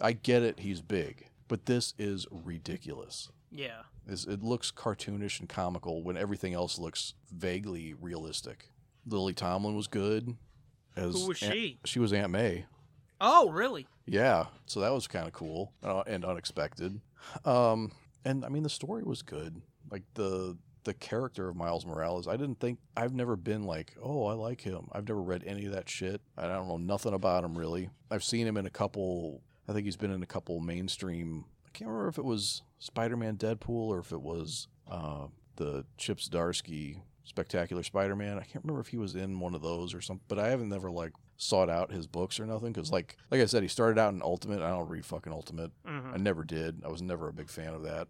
I get it, he's big, but this is ridiculous. Yeah. It's, it looks cartoonish and comical when everything else looks vaguely realistic. Lily Tomlin was good. As Who was Aunt- she? she was Aunt May. Oh, really? Yeah, so that was kind of cool uh, and unexpected. Um, and I mean, the story was good. Like the the character of Miles Morales, I didn't think I've never been like, oh, I like him. I've never read any of that shit. I don't know nothing about him really. I've seen him in a couple. I think he's been in a couple mainstream. I can't remember if it was Spider-Man, Deadpool, or if it was uh, the Chips Darsky Spectacular Spider-Man. I can't remember if he was in one of those or something, but I haven't never like sought out his books or nothing because like like I said, he started out in Ultimate. I don't read fucking Ultimate. Mm-hmm. I never did. I was never a big fan of that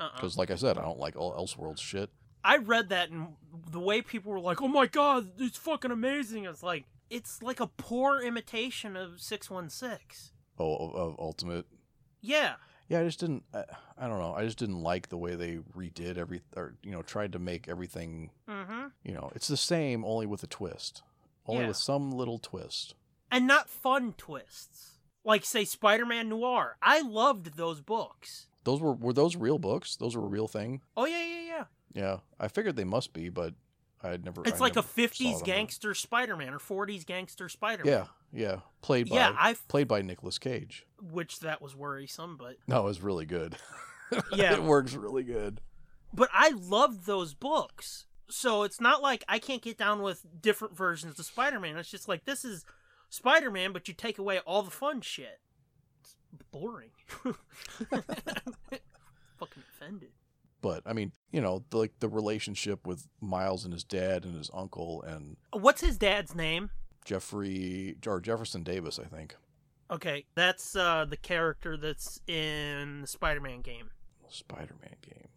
Uh-uh. because like I said, I don't like all Elseworlds shit. I read that and the way people were like, "Oh my god, it's fucking amazing." It's like it's like a poor imitation of 616. Oh, of, of Ultimate. Yeah. Yeah, I just didn't. I, I don't know. I just didn't like the way they redid every or you know tried to make everything. Mm-hmm. You know, it's the same only with a twist, only Yeah. with some little twist. And not fun twists. Like say Spider-Man Noir. I loved those books. Those were were those real books? Those were a real thing. Oh yeah, yeah, yeah. Yeah. Yeah, I figured they must be, but I had never. It's I like a never saw 50s them. gangster Spider-Man or 40s gangster Spider-Man. Yeah, yeah, played by Yeah, I played by Nicolas Cage. which that was worrisome, [LAUGHS] but No, it was really good. [LAUGHS] it yeah, works really good. but I loved those books. So it's not like I can't get down with different versions of Spider-Man. It's just like this is Spider-Man, but you take away all the fun shit. It's boring. [LAUGHS] Fucking offended. But I mean, you know, the, like the relationship with Miles and his dad and his uncle and What's his dad's name? Jeffrey or Jefferson Davis, I think. Okay, that's uh, the character that's in the Spider-Man game. Spider-Man game.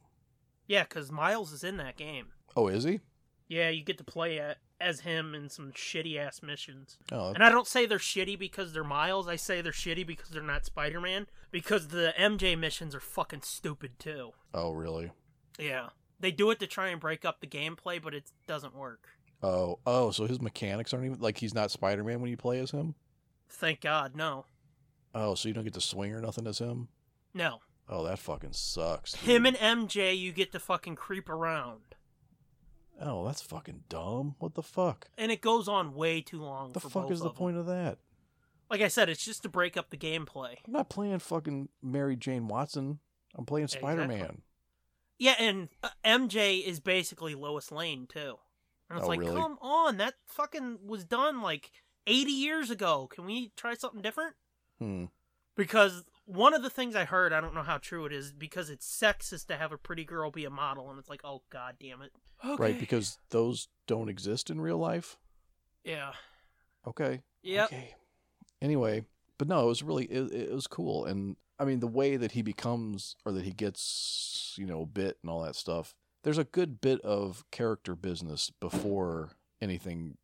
Yeah, because Miles is in that game. Oh, is he? Yeah, you get to play a- as him in some shitty ass missions. Oh, And I don't say they're shitty because they're Miles. I say they're shitty because they're not Spider Man. Because the MJ missions are fucking stupid too. oh, really? Yeah. They do it to try and break up the gameplay, but it doesn't work. Oh, oh, so his mechanics aren't even like he's not Spider Man when you play as him. Thank God, no, Oh, so you don't get to swing or nothing as him. no. Oh, that fucking sucks. dude. Him and MJ, you get to fucking creep around, Oh, that's fucking dumb. What the fuck? and it goes on way too long. The for fuck both is the of 'em. point of that? Like I said, it's just to break up the gameplay. I'm not playing fucking Mary Jane Watson. I'm playing Spider Man. Yeah, and uh, MJ is basically Lois Lane too. And it's Oh, like, really? come on, that fucking was done like 80 years ago. Can we try something different? Hmm. Because one of the things I heard, I don't know how true it is, because it's sexist to have a pretty girl be a model, and it's like, oh god damn it. Right, because those don't exist in real life. yeah, Okay. yep, Okay. Anyway, but no, it was really it, it was cool, and I mean the way that he becomes or that he gets you know bit and all that stuff. There's a good bit of character business before anything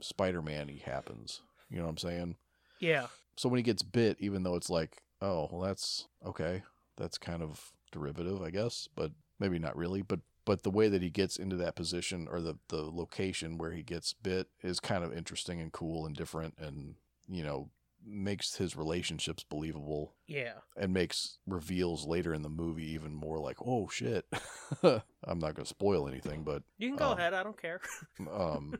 Spider-Man-y happens. You know what I'm saying? yeah, So when he gets bit, even though it's like, oh, well, that's okay, that's kind of derivative, I guess, but maybe not really. But but the way that he gets into that position or the the location where he gets bit is kind of interesting and cool and different, and you know makes his relationships believable yeah. and makes reveals later in the movie even more like, oh shit. [LAUGHS] I'm not gonna spoil anything, but You can go Um, ahead. I don't care. [LAUGHS] um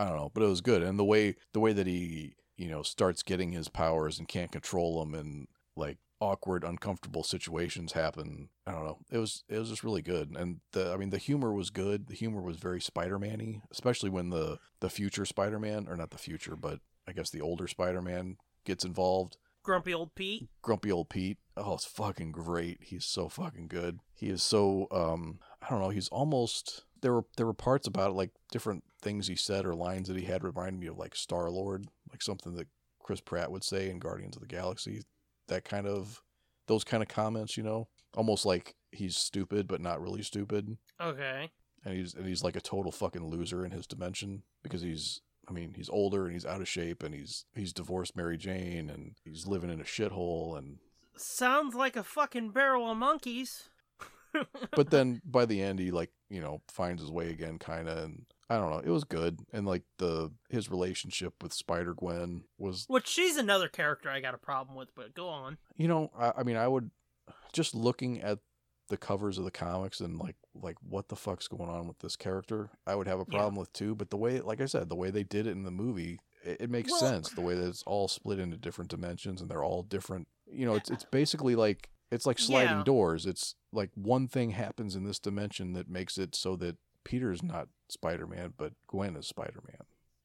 i don't know but it was good and the way the way that he you know starts getting his powers and can't control them and like awkward uncomfortable situations happen i don't know it was it was just really good and the i mean the humor was good the humor was very spider-man-y especially when the the future spider-man or not the future but i guess the older spider-man gets involved Grumpy old Pete. grumpy old Pete. Oh, it's fucking great. He's so fucking good. He is so um I don't know, he's almost there were there were parts about it, like different things he said or lines that he had reminded me of like Star Lord, like something that Chris Pratt would say in Guardians of the Galaxy. That kind of those kind of comments, you know? Almost like he's stupid but not really stupid. Okay. And he's and he's like a total fucking loser in his dimension because he's I mean, he's older and he's out of shape and he's he's divorced Mary Jane and he's living in a shithole and Sounds like a fucking barrel of monkeys. [LAUGHS] but then by the end he like you know finds his way again kind of and i don't know it was good and like the his relationship with spider-gwen was Which she's another character I got a problem with, but go on. you know i, I mean i would just looking at the covers of the comics and like like what the fuck's going on with this character i would have a Yeah. problem with too but the way like i said the way they did it in the movie it, it makes Well- sense the way that it's all split into different dimensions and they're all different you know it's it's basically like it's like sliding Yeah. doors it's like one thing happens in this dimension that makes it so that peter's not spider-man but gwen is spider-man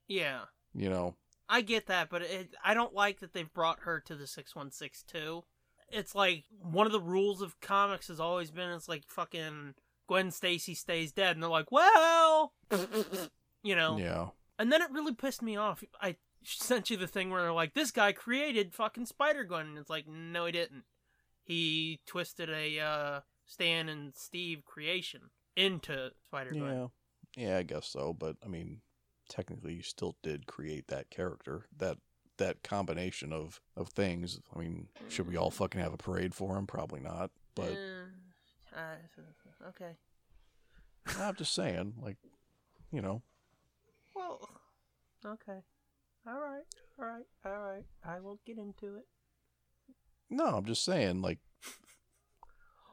Yeah. you know I get that, but it, I don't like that they've brought her to the 6162. It's like one of the rules of comics has always been it's like fucking Gwen Stacy stays dead, and they're like, [LAUGHS] well, you know. yeah And then it really pissed me off. I sent you the thing where they're like, this guy created fucking Spider Gwen, and it's like, no, he didn't. He twisted a uh, Stan and Steve creation into Spider Gwen. Yeah. Yeah, I guess so, but I mean, technically you still did create that character. That that combination of of things. I mean, should we all fucking have a parade for him? Probably not. But Uh, uh, okay. [LAUGHS] I'm just saying, like, you know, Well, okay. All right. All right. All right. I won't get into it. no, I'm just saying like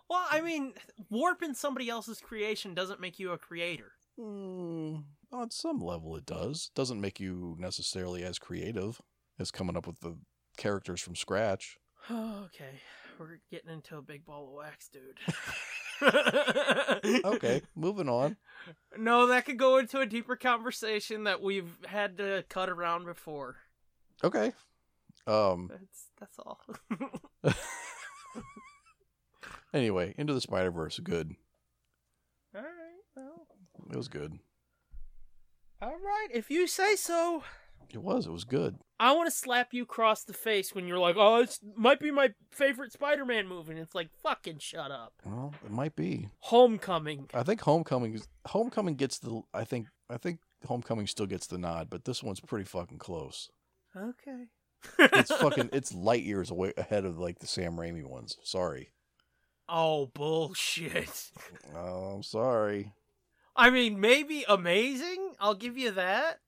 Well, I mean, warping somebody else's creation doesn't make you a creator. mm, on some level it does. Doesn't make you necessarily as creative as coming up with the characters from scratch. [SIGHS] okay. We're getting into a big ball of wax, [LAUGHS] dude. [LAUGHS] Okay, moving on. No, that could go into a deeper conversation that we've had to cut around before. Okay. Um That's that's all. [LAUGHS] anyway, into the Spider-Verse good. all right. Well, It was good. all right. If you say so. It was. It was good. I want to slap you across the face when you're like, "Oh, this might be my favorite Spider-Man movie," and it's like, "Fucking shut up." Well, it might be. Homecoming. I think Homecoming. is- Homecoming gets the. I think. I think Homecoming still gets the nod, but this one's pretty fucking close. Okay. [LAUGHS] It's fucking. it's light years away ahead of like the Sam Raimi ones. Sorry. oh bullshit. Oh, I'm sorry. I mean, maybe amazing. I'll give you that.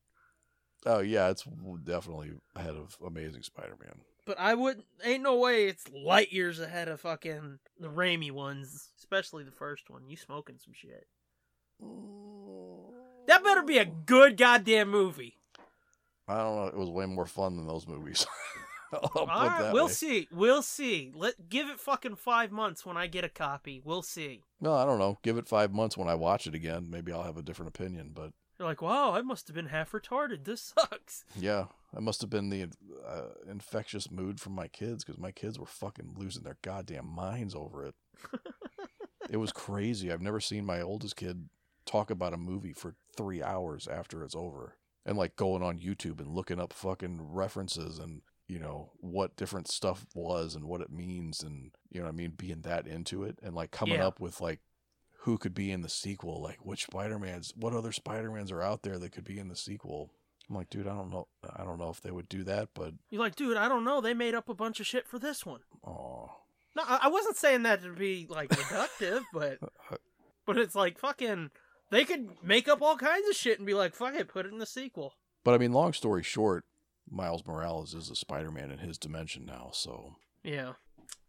Oh yeah, it's definitely ahead of Amazing Spider-Man. But I would ain't no way it's light years ahead of fucking the Raimi ones, especially the first one. You smoking some shit. That better be a good goddamn movie. I don't know. It was way more fun than those movies. [LAUGHS] I'll put All right, that we'll way. see. We'll see. Let give it fucking five months when I get a copy. We'll see. No, I don't know. Give it five months when I watch it again. Maybe I'll have a different opinion. But You're like, wow, I must have been half retarded. This sucks. yeah, I must have been the uh, infectious mood from my kids because my kids were fucking losing their goddamn minds over it. it was crazy. I've never seen my oldest kid talk about a movie for three hours after it's over and like going on YouTube and looking up fucking references and you know what different stuff was and what it means and you know what I mean being that into it and like coming Yeah. up with like who could be in the sequel like which Spider-Mans what other Spider-Mans are out there that could be in the sequel I'm like dude I don't know I don't know if they would do that but You're like, dude, I don't know. They made up a bunch of shit for this one. oh No, I I wasn't saying that to be like reductive, [LAUGHS] but but it's like fucking. They could make up all kinds of shit and be like, fuck it, put it in the sequel. but I mean long story short Miles Morales is a Spider-Man in his dimension now so Yeah.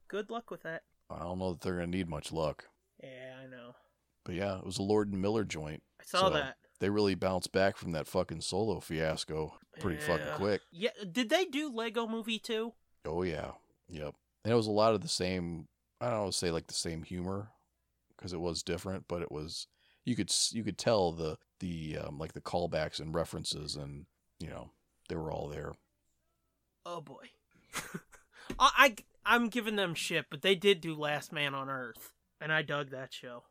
Good luck with that. I don't know that they're gonna need much luck. Yeah, I know. But yeah, it was a Lord and Miller joint. I saw So, that. They really bounced back from that fucking solo fiasco pretty Yeah. fucking quick. Yeah, did they do Lego Movie too? Oh yeah, yep. And it was a lot of the same. I don't want to say like the same humor because it was different, but it was you could s- you could tell the the um, like the callbacks and references and you know they were all there. Oh [LAUGHS] boy. I, I I'm giving them shit, but they did do Last Man on Earth, and I dug that show.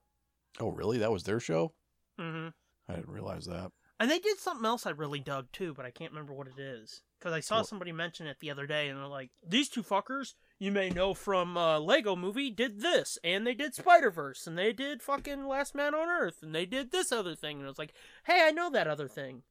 Oh really? That was their show? hmm I didn't realize that. And they did something else I really dug too, but I can't remember what it is. Because I saw What? somebody mention it the other day, and they're like, these two fuckers, you may know from uh, Lego movie, did this, and they did Spider Verse, and they did fucking Last Man on Earth, and they did this other thing. And I was like, hey, I know that other thing.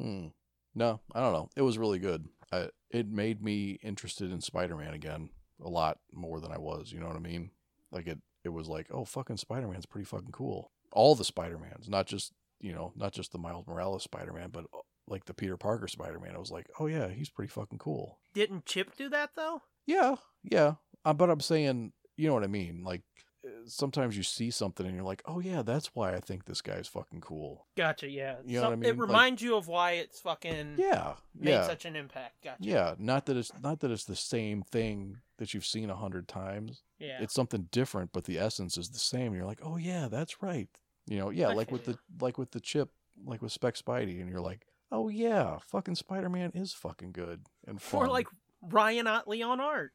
Hmm. No, I don't know. It was really good. I, it made me interested in Spider-Man again a lot more than I was. You know what I mean? Like it. It was like, oh, fucking Spider-Man's pretty fucking cool. All the Spider-Mans, not just you know, not just the Miles Morales Spider-Man, but uh, like the Peter Parker Spider-Man. I was like, oh yeah, he's pretty fucking cool. Didn't Chip do that though? Yeah, yeah. Uh, but I'm saying, you know what I mean? Like uh, sometimes you see something and you're like, oh yeah, that's why I think this guy's fucking cool. Gotcha, yeah. You know what I Some- mean? It Like- reminds you of why it's fucking Yeah, made yeah. such an impact. Gotcha. Yeah, not that it's not that it's the same thing that you've seen a hundred times. Yeah. It's something different, but the essence is the same. You're like, oh yeah, that's right. You know, yeah, I like feel with ya. the like with the chip, like with Spec Spidey, and you're like, oh yeah, fucking Spider Man is fucking good and [LAUGHS] fun. Or like Ryan Otley on art.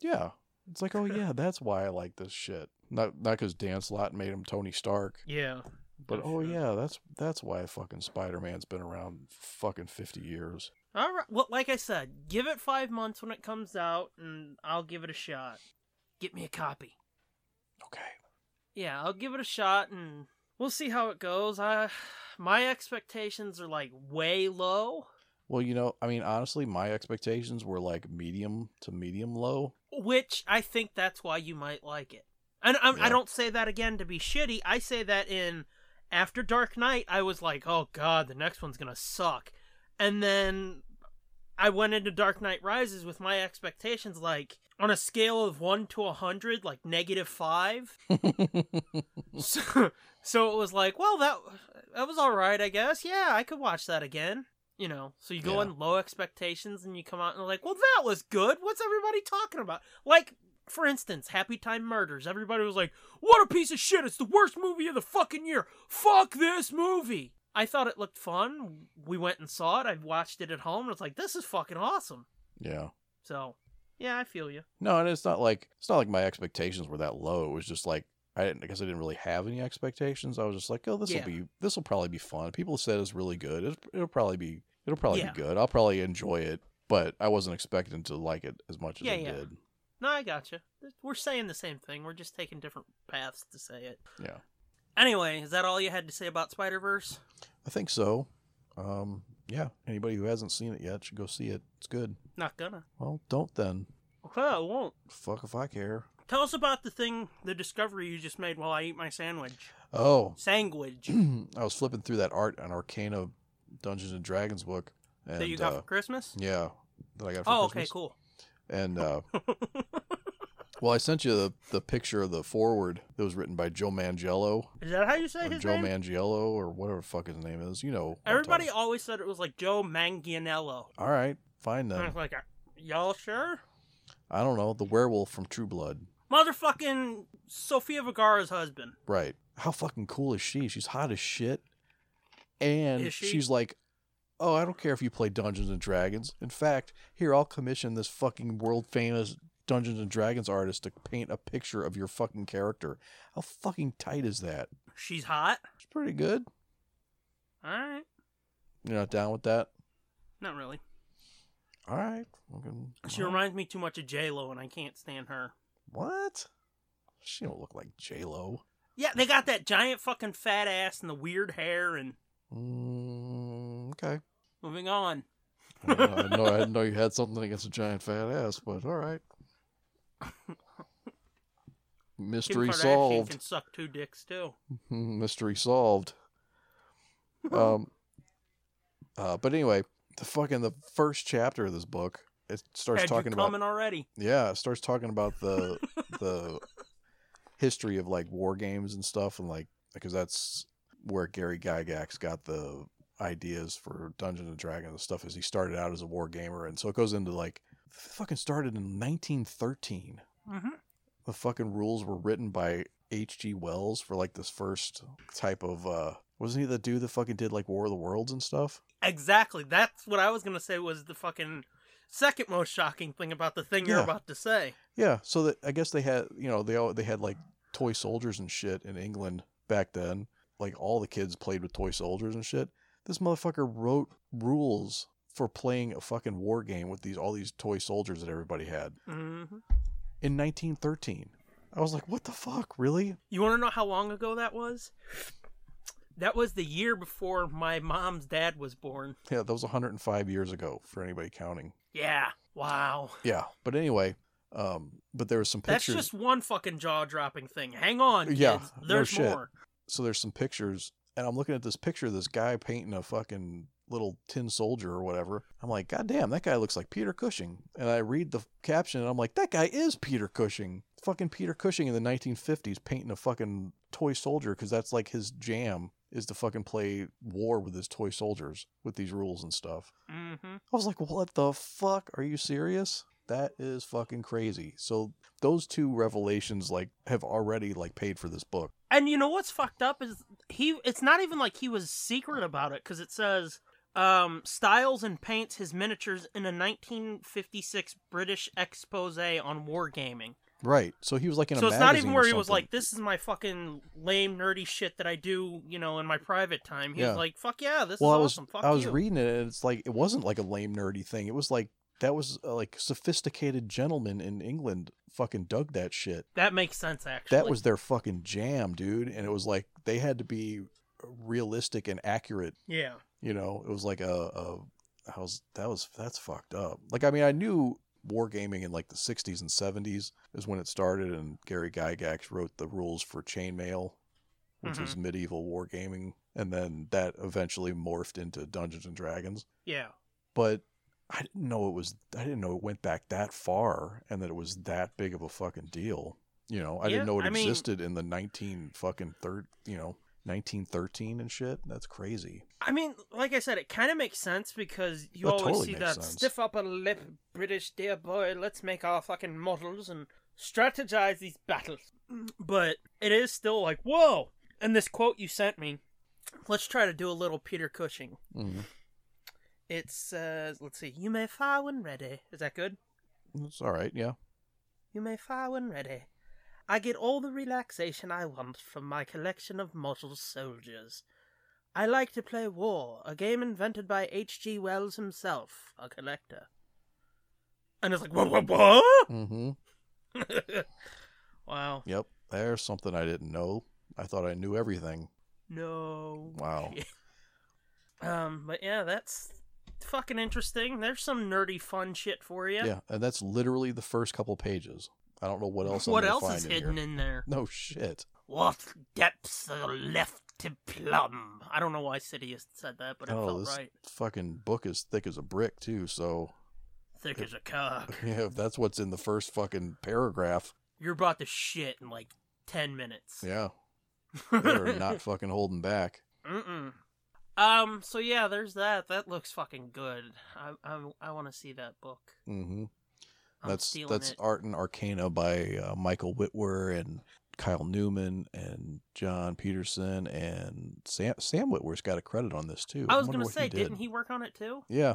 yeah, [LAUGHS] it's like oh yeah, that's why I like this shit. Not not because Dan Slott made him Tony Stark, Yeah. but oh Sure. yeah, that's that's why fucking Spider Man's been around fucking fifty years. All right. Well, like I said, give it five months when it comes out, and I'll give it a shot. Get me a copy. Okay. Yeah, I'll give it a shot, and we'll see how it goes. I, my expectations are like way low. Well, you know, I mean, honestly, my expectations were like medium to medium low. [LAUGHS] which I think that's why you might like it. And I, I Yeah. don't say that again to be shitty. I say that in After Dark Knight, I was like, oh god, the next one's gonna suck. And then I went into Dark Knight Rises with my expectations like on a scale of one to a hundred, like negative five. so, [LAUGHS] so it was like, well, that that was all right, I guess. Yeah, I could watch that again. You know, so you go Yeah. in low expectations and you come out and like, well, that was good. What's everybody talking about? Like, for instance, Happy Time Murders. Everybody was like, what a piece of shit. It's the worst movie of the fucking year. Fuck this movie. I thought it looked fun. We went and saw it. I watched it at home and it's like, this is fucking awesome. yeah. So, yeah, I feel you. No, and it's not like it's not like my expectations were that low. It was just like I didn't. I guess I didn't really have any expectations. I was just like, oh, this will Yeah. be this will probably be fun. People said it's really good. It's, it'll probably be it'll probably Yeah. be good. I'll probably enjoy it, but I wasn't expecting to like it as much as Yeah, I yeah. did. No, I gotcha. We're saying the same thing. We're just taking different paths to say it. Yeah, Anyway, is that all you had to say about Spider Verse? I think so. Um, yeah. Anybody who hasn't seen it yet should go see it. It's good. Not gonna. Well, don't then. Okay, I won't. Fuck if I care. Tell us about the thing, the discovery you just made while I eat my sandwich. Oh, Sandwich. I was flipping through that art on Arcana Dungeons and Dragons book. And, that you got uh, for Christmas? yeah, that I got. For oh, okay, Christmas. cool. [LAUGHS] And uh, well, I sent you the, the picture of the forward that was written by Joe Mangello Is that how you say or his Joe name? Mangiello or whatever the fuck his name is. You know, what I'm Everybody talking- always said it was like Joe Manganiello. All right, fine I then. was like, "Are y'all sure? I don't know the werewolf from True Blood. Motherfucking Sofia Vergara's husband. Right. How fucking cool is she? She's hot as shit. And Is she? she's like, Oh, I don't care if you play Dungeons and Dragons. In fact, here I'll commission this fucking world famous Dungeons and Dragons artist to paint a picture of your fucking character. How fucking tight is that? She's hot. It's pretty good. All right, You're not down with that? not really. All right. Fucking- She reminds me too much of J Lo, and I can't stand her. What? She don't look like J Lo. Yeah, they got that giant fucking fat ass and the weird hair. And Mm, okay. moving on. I know, I know. I didn't know you had something against a giant fat ass, but all right. Kim Mystery Kardashian solved. can suck two dicks too. [LAUGHS] Mystery solved. Um. Uh, but anyway, the fucking the first chapter of this book, it starts Had talking you about coming already? yeah, it starts talking about the the history of like war games and stuff, and like because that's where Gary Gygax got the ideas for Dungeons and Dragons and stuff. Is he started out as a war gamer, and so it goes into like fucking started in 1913. Mm-hmm. The fucking rules were written by H.G. Wells for like this first type of uh wasn't he the dude that fucking did like War of the Worlds and stuff? Exactly. That's what I was gonna say was the fucking second most shocking thing about the thing you're Yeah. about to say. Yeah, so that I guess they had, you know, they all they had like toy soldiers and shit in England back then. Like all the kids played with toy soldiers and shit. This motherfucker wrote rules for playing a fucking war game with these all these toy soldiers that everybody had hmm in 1913. I was like, what the fuck, really? You want to know how long ago that was? That was the year before my mom's dad was born. Yeah, that was 105 years ago for anybody counting. Yeah. Wow. Yeah, but anyway, um, but there was some That's pictures. just one fucking jaw dropping thing. Hang on. Yeah, Kids. no There's shit. more. so there's some pictures and i'm looking at this picture of this guy painting a fucking little tin soldier or whatever i'm like god damn that guy looks like peter cushing and i read the caption and i'm like that guy is peter cushing fucking peter cushing in the 1950s painting a fucking toy soldier because that's like his jam is to fucking play war with his toy soldiers with these rules and stuff Mm-hmm. i was like what the fuck are you serious that is fucking crazy so those two revelations like have already like paid for this book And you know what's fucked up is he. It's not even like he was secret about it because it says um, styles and paints his miniatures in a 1956 British expose on wargaming. Right. So he was like in a so it's not even magazine or where he was something. like, "This is my fucking lame nerdy shit that I do," you know, in my private time. He Yeah. was like, "Fuck yeah, this well, I is was awesome." Fuck I was you. reading it, and it's like it wasn't like a lame nerdy thing. It was like that was uh, like sophisticated gentlemen in England fucking dug that shit. that makes sense, actually. That was their fucking jam, dude. And it was like they had to be realistic and accurate. yeah. You know, it was like a, a I was that was that's fucked up. Like I mean, I knew wargaming in like the 60s and 70s is when it started, and Gary Gygax wrote the rules for chainmail which was Mm-hmm. medieval wargaming, and then that eventually morphed into Dungeons and Dragons. Yeah. But I didn't know it was I didn't know it went back that far and that it was that big of a fucking deal. You know, I Yeah, didn't know it I mean- existed in the nineteen fucking third you know, nineteen thirteen and shit. That's crazy. I mean, like I said, it kind of makes sense because you That always totally see makes that sense. stiff upper lip British dear boy, let's make our fucking models and strategize these battles. But it is still like, whoa! And this quote you sent me, let's try to do a little Peter Cushing. It says, let's see, you may fire when ready. Is that good? It's all right, yeah. You may fire when ready. I get all the relaxation I want from my collection of model soldiers. I like to play War, a game invented by H.G. Wells himself, a collector. And it's like, what, what, what? Mm-hmm. [LAUGHS] wow. Yep. There's something I didn't know. I thought I knew everything. No. [LAUGHS] Wow. Um, but yeah, that's fucking interesting. There's some nerdy fun shit for you. Yeah. and that's literally the first couple pages. I don't know what else. I'm What gonna else find is in here. hidden in there? No shit. What depths are left to plum. I don't know why Sidious said that, but it oh, felt this right. fucking book is thick as a brick too. So [LAUGHS] Thick as a cock. yeah, if that's what's in the first fucking paragraph, You're about to shit in like ten minutes. [LAUGHS] yeah, they're [LAUGHS] not fucking holding back. Mm-mm. Um. So yeah, there's that. That looks fucking good. I I, I want to see that book. hmm I'm That's stealing that's it. Art and Arcana by uh, Michael Whitwer and Kyle Newman and John Peterson and Sam Sam Whitwer's got a credit on this too. I was wonder gonna what say, did. didn't he work on it too? Yeah,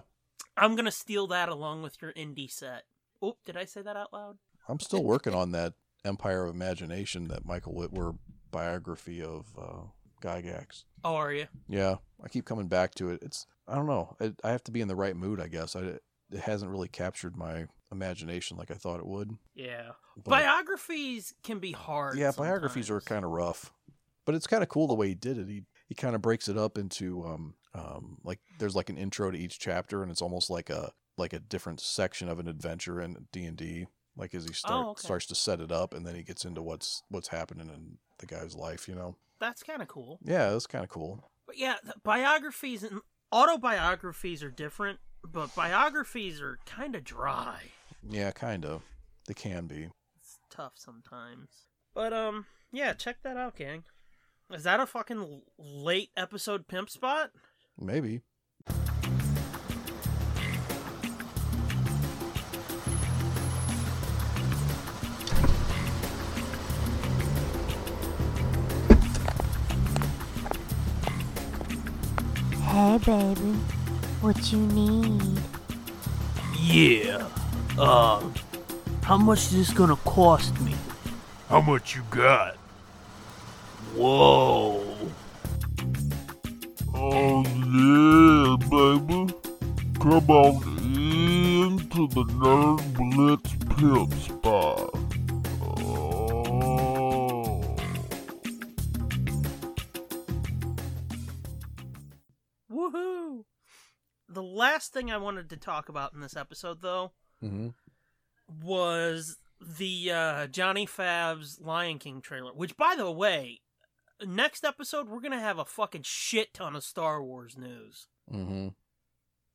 I'm gonna steal that along with your indie set. Oop, did I say that out loud? [LAUGHS] I'm still working on that Empire of Imagination, that Michael Whitwer biography of uh, Gygax. Oh, are you? Yeah, I keep coming back to it. It's I don't know. I, I have to be in the right mood, I guess. I, it hasn't really captured my imagination like I thought it would. Yeah. But- Biographies can be hard. yeah, biographies are sometimes. kind of rough, but it's kind of cool the way he did it. He he kind of breaks it up into um um like there's like an intro to each chapter, and it's almost like a like a different section of an adventure in D and D. Like as he start, Oh, okay. starts to set it up, and then he gets into what's what's happening in the guy's life. You know, That's kind of cool. yeah, that's kind of cool. But yeah, th- biographies and autobiographies are different, but biographies are kind of dry. Yeah, kind of. They can be. It's tough sometimes. But um, yeah, check that out, gang. Is that a fucking l- late episode pimp spot? Maybe. Hey, baby. What you need? Yeah. Uh, how much is this gonna cost me? How much you got? Whoa. Oh yeah, baby. Come on in to the Nerd Blitz Pimp Spot. Oh. Woohoo! The last thing I wanted to talk about in this episode, though, Mm-hmm. was the uh, Johnny Fab's Lion King trailer. Which, by the way, next episode we're gonna have a fucking shit ton of Star Wars news Mm-hmm.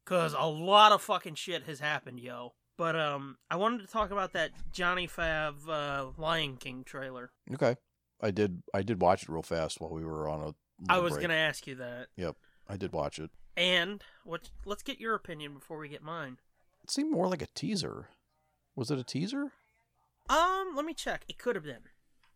because a lot of fucking shit has happened, yo. But um, I wanted to talk about that Johnny Fab uh, Lion King trailer. Okay. I did. I did watch it real fast while we were on a. I little was break. gonna ask you that, I did watch it. and what? Let's get your opinion before we get mine. It seemed more like a teaser. Was it a teaser? Um, let me check. It could have been.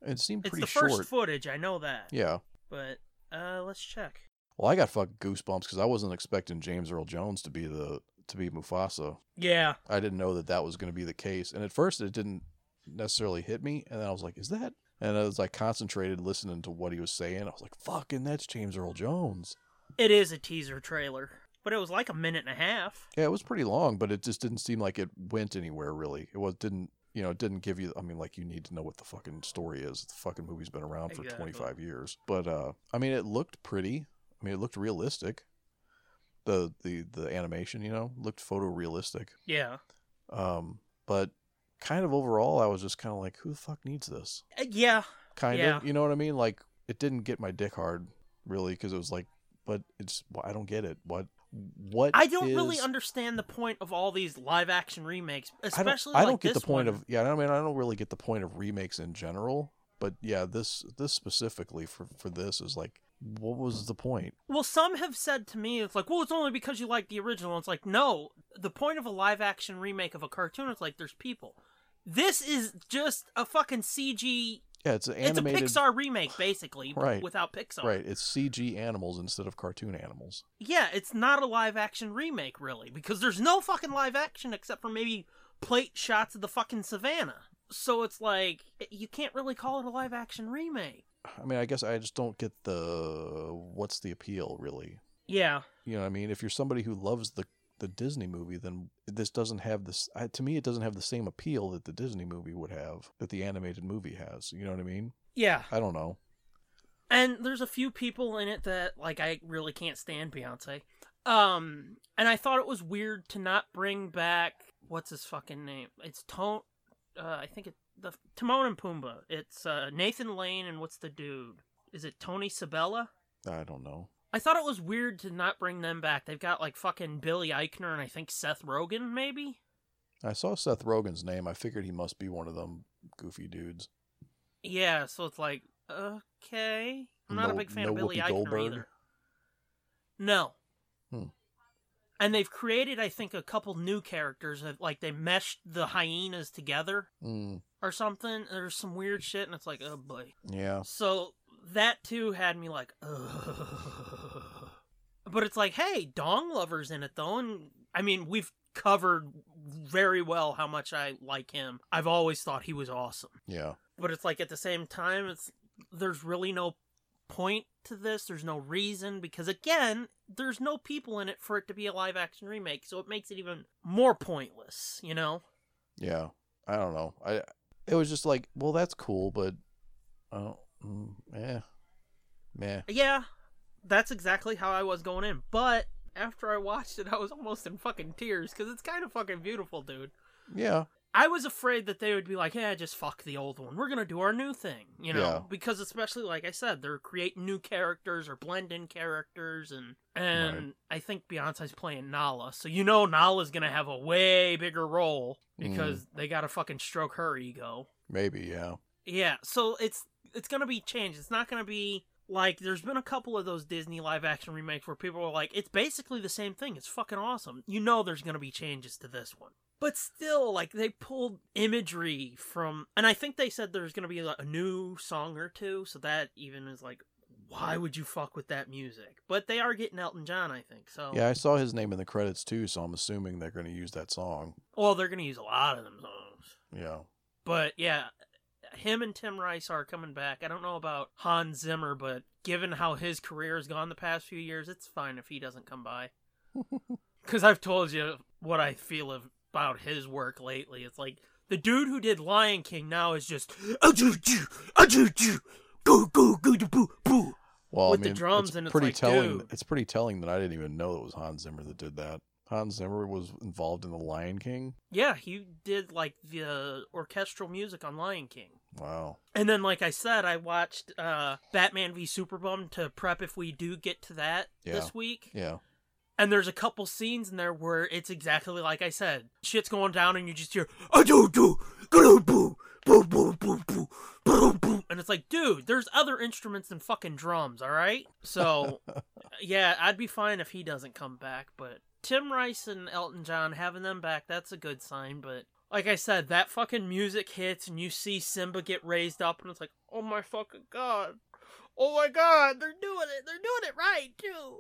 It seemed It's pretty the short. first footage. I know that. yeah. But uh, let's check. Well, I got fucking goosebumps because I wasn't expecting James Earl Jones to be the to be Mufasa. Yeah. I didn't know that that was going to be the case, and at first it didn't necessarily hit me, and then I was like, "Is that?" And I was like concentrated listening to what he was saying. I was like, "Fucking, that's James Earl Jones." It is a teaser trailer, but it was like a minute and a half. Yeah, it was pretty long, but it just didn't seem like it went anywhere really. It was didn't you know, it didn't give you I mean, like you need to know what the fucking story is. The fucking movie's been around for Exactly. twenty five years. But uh I mean it looked pretty. I mean it looked realistic. The the the animation, you know, looked photorealistic. Yeah. Um but kind of overall I was just kinda like, Who the fuck needs this? Uh, yeah. Kind Yeah. of you know what I mean? Like it didn't get my dick hard really because it was like but it's I don't get it. What what I don't really is- understand the point of all these live action remakes, I don't, especially I like don't get the this point one. of yeah. I mean, I don't really get the point of remakes in general, but yeah, this this specifically for for this is like, what was the point? Well, some have said to me it's like, "Well, it's only because you like the original." It's like, "No, the point of a live action remake of a cartoon is like there's people. This is just a fucking CG Yeah, it's an animated, It's a Pixar remake basically, but [SIGHS] Right. without Pixar. right? It's CG animals instead of cartoon animals. Yeah, it's not a live action remake, really, because there's no fucking live action except for maybe plate shots of the fucking savannah. So it's like, you can't really call it a live action remake. I mean, I guess I just don't get the what's the appeal really. Yeah. You know, what I mean, if you're somebody who loves the the Disney movie, then this doesn't have this. I, to me, it doesn't have the same appeal that the Disney movie would have, that the animated movie has. You know what I mean? Yeah. I don't know. And there's a few people in it that, like, I really can't stand Beyonce. Um, and I thought it was weird to not bring back, what's his fucking name? It's Tone, uh, I think it, the, Timon and Pumbaa. It's, uh, Nathan Lane and what's the dude? Is it Tony Sabella? I don't know. I thought it was weird to not bring them back. They've got like fucking Billy Eichner and I think Seth Rogen, maybe? I saw Seth Rogen's name. I figured he must be one of them goofy dudes. Yeah, so it's like, okay. I'm not a No- big fan no of Billy Whoopi Eichner Goldberg? either. No. Hmm. And they've created, I think, a couple new characters. That, like, they meshed the hyenas together Mm, or something. There's some weird shit, and it's like, oh boy. yeah. So that too had me like, ugh. But it's like, hey, Dong Lover's in it though, and I mean, we've covered very well how much I like him. I've always thought he was awesome. Yeah. But it's like at the same time, it's there's really no point to this. There's no reason because again, there's no people in it for it to be a live action remake, so it makes it even more pointless, you know? Yeah. I don't know. I it was just like, well, that's cool, but I don't. Mm, eh. Meh. Yeah, that's exactly how I was going in. But after I watched it, I was almost in fucking tears because it's kind of fucking beautiful, dude. Yeah. I was afraid that they would be like, "Yeah, just fuck the old one. We're gonna do our new thing," you know, Yeah. because especially like I said, they're creating new characters or blending characters, and and I think Beyonce's playing Nala, so you know Nala's gonna have a way bigger role because they gotta fucking stroke her ego. Maybe. Yeah. Yeah, so it's it's gonna be changed. It's not gonna be like there's been a couple of those Disney live action remakes where people are like, it's basically the same thing. It's fucking awesome. You know, there's gonna be changes to this one, but still, like they pulled imagery from, and I think they said there's gonna be like, a new song or two. So that even is like, why would you fuck with that music? But they are getting Elton John, I think. So Yeah. I saw his name in the credits too, so I'm assuming they're going to use that song. well, they're gonna use a lot of them songs. Yeah. But yeah, him and Tim Rice are coming back. I don't know about Hans Zimmer, but given how his career has gone the past few years, it's fine if he doesn't come [LAUGHS] by. Because I've told you what I feel of, about his work lately. It's like the dude who did Lion King now is just "Ah, choo, choo, ah, choo, choo, go go go to boo boo. Well, With I the mean, drums, it's and it's pretty like, telling. dude. It's pretty telling that I didn't even know it was Hans Zimmer that did that. Hans Zimmer was involved in the Lion King. Yeah, he did like the orchestral music on Lion King. Wow. And then, like I said, I watched uh, Batman v Superbum to prep if we do get to that Yeah. this week. Yeah. And there's a couple scenes in there where it's exactly like I said. Shit's going down, and you just hear "Ah, do do goo boo boo boo boo boo boo boo," and it's like, dude, there's other instruments than fucking drums. All right, so yeah, I'd be fine if he doesn't come back, but Tim Rice and Elton John having them back, that's a good sign, but like I said, that fucking music hits and you see Simba get raised up and it's like, "Oh my fucking god. Oh my god, they're doing it. They're doing it right, too."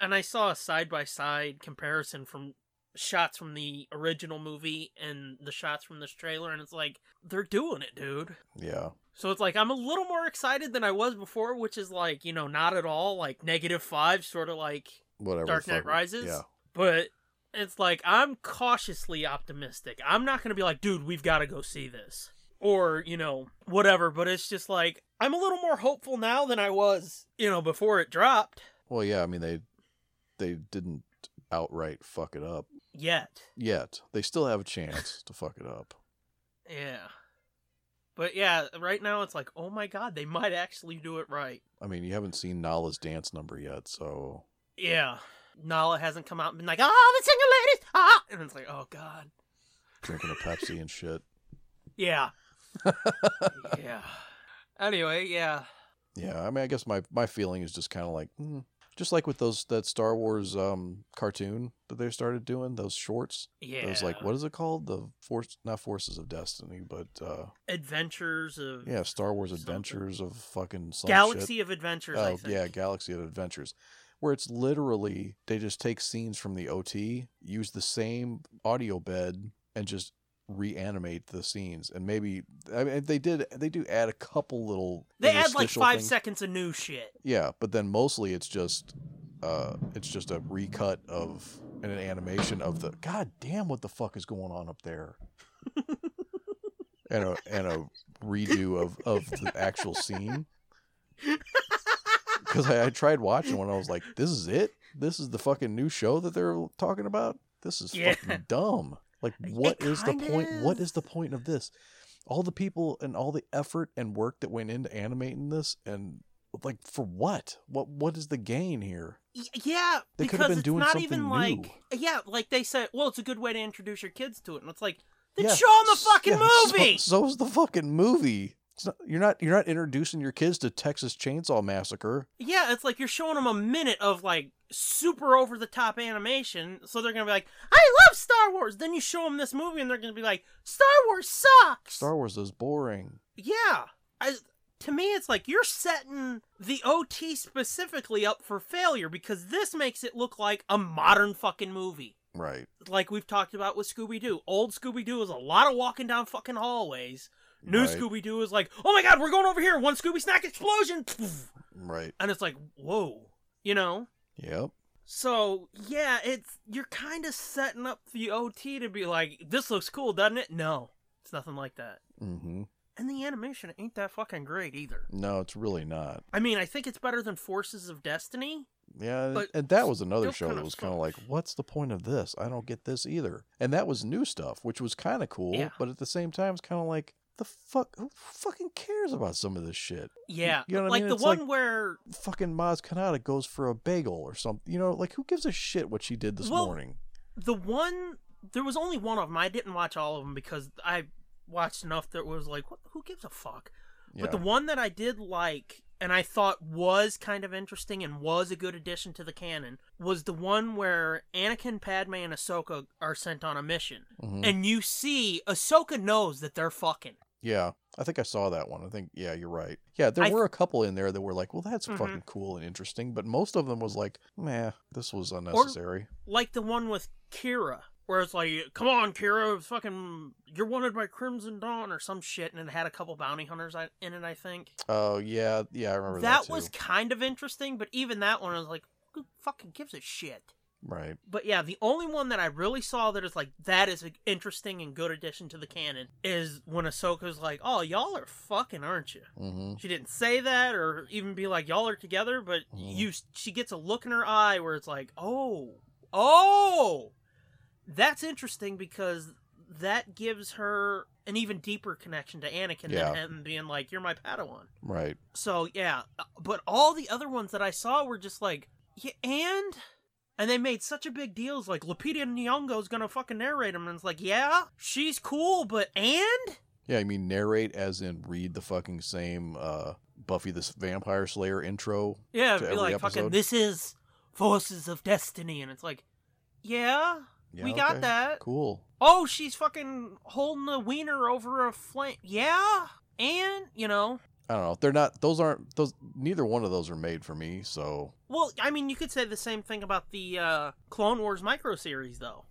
And I saw a side-by-side comparison from shots from the original movie and the shots from this trailer and it's like, "They're doing it, dude." Yeah. So it's like I'm a little more excited than I was before, which is like, you know, not at all like negative five, sort of like, Whatever. Dark fuck Knight it. Rises? Yeah. but it's like I'm cautiously optimistic. I'm not going to be like, dude, we've got to go see this or, you know, whatever. But it's just like I'm a little more hopeful now than I was, you know, before it dropped Well, yeah. I mean, they they didn't outright fuck it up yet. yet. They still have a chance to fuck it up. Yeah. But yeah, right now it's like, oh my God, they might actually do it right. I mean, you haven't seen Nala's dance number yet, so Yeah. Nala hasn't come out and been like, oh, the single ladies, ah, and it's like, oh God. drinking a Pepsi and shit. [LAUGHS] Yeah. yeah. Anyway, yeah. Yeah, I mean, I guess my my feeling is just kind of like, mm, just like with those that Star Wars um cartoon that they started doing those shorts. Yeah. It was like, what is it called? The force, not Forces of Destiny, but uh Adventures of yeah, Star Wars Something. Adventures of fucking some Galaxy Shit. of Adventures, I Oh think. yeah, Galaxy of Adventures, where it's literally they just take scenes from the OT, use the same audio bed, and just reanimate the scenes. And maybe I mean, they did they do add a couple little They add like interstitial five things. seconds of new shit. Yeah, but then mostly it's just uh it's just a recut of and an animation of the god damn what the fuck is going on up there. and a and a redo of of the actual scene. Cuz I, I tried watching one I was like this is it? This is the fucking new show that they're talking about? This is Yeah. fucking dumb. Like what is the kinda point? What is. is the point of this? All the people and all the effort and work that went into animating this and like for what? What what is the gain here? Y- yeah, They because could have been it's doing not something even new. like yeah, like they said. Well, it's a good way to introduce your kids to it, and it's like then Yeah, show them the s- fucking yeah, [LAUGHS] so- movie. So, is the fucking movie. It's not, you're not you're not introducing your kids to Texas Chainsaw Massacre. Yeah, it's like you're showing them a minute of like super over the top animation, so they're gonna be like, "I love Star Wars." Then you show them this movie, and they're gonna be like, "Star Wars sucks." Star Wars is boring. yeah, I, to me, it's like you're setting the OT specifically up for failure because this makes it look like a modern fucking movie. Right. Like we've talked about with Scooby Doo. Old Scooby Doo is a lot of walking down fucking hallways. New right, Scooby Doo is like, oh my god, we're going over here. One Scooby Snack explosion. [LAUGHS] Right. And it's like, whoa. You know? Yep. So yeah, it's you're kind of setting up the OT to be like, this looks cool, doesn't it? No, it's nothing like that. Mm-hmm. And the animation ain't that fucking great either. No, it's really not. I mean, I think it's better than Forces of Destiny. Yeah, But and that was another still show kinda that was kind of fun. like, what's the point of this? I don't get this either. And that was new stuff, which was kind of cool, Yeah. but at the same time, it's kind of like, the fuck, who fucking cares about some of this shit? Yeah, You know what I like mean? the It's one like- where Fucking Maz Kanata goes for a bagel or something. You know, like who gives a shit what she did this Well- morning? the one there was only one of them. I didn't watch all of them because I watched enough that was like, what, who gives a fuck? But the one that I did like and I thought was kind of interesting and was a good addition to the canon was the one where Anakin, Padme, and Ahsoka are sent on a mission. Mhm. And you see Ahsoka knows that they're fucking. Yeah, I think I saw that one. I think yeah, you're right. Yeah, there I- were a couple in there that were like, well, that's Mhm. fucking cool and interesting, but most of them was like, meh, this was unnecessary. Like the one with Kira, where it's like, come on, Kira, fucking, you're wanted by Crimson Dawn or some shit. And it had a couple bounty hunters I- in it, I think. Oh yeah, yeah, I remember that. That, was too. kind of interesting, but even that one, I was like, who fucking gives a shit? right. But yeah, the only one that I really saw that is like that is an interesting and good addition to the canon is when Ahsoka's like, "Oh, y'all are fucking, aren't you?" Mm-hmm. She didn't say that or even be like, "Y'all are together," but Mhm. you she gets a look in her eye where it's like, "Oh, oh, that's interesting because that gives her an even deeper connection to Anakin Yeah. than him being like, "You're my Padawan." Right. So yeah, uh, but all the other ones that I saw were just like, yeah, and and they made such a big deal. It's like Lupita Nyong'o's gonna fucking narrate them, and it's like, yeah, she's cool, but and Yeah, I mean narrate as in read the fucking same uh Buffy this Vampire Slayer intro. yeah, To it'd be every like episode? fucking this is forces of destiny, and it's like, yeah, Yeah, we got okay, that. Cool. Oh, she's fucking holding a wiener over a flame, yeah, and you know. I don't know. They're not those aren't those neither one of those are made for me, so Well, I mean, you could say the same thing about the uh, Clone Wars micro series, though.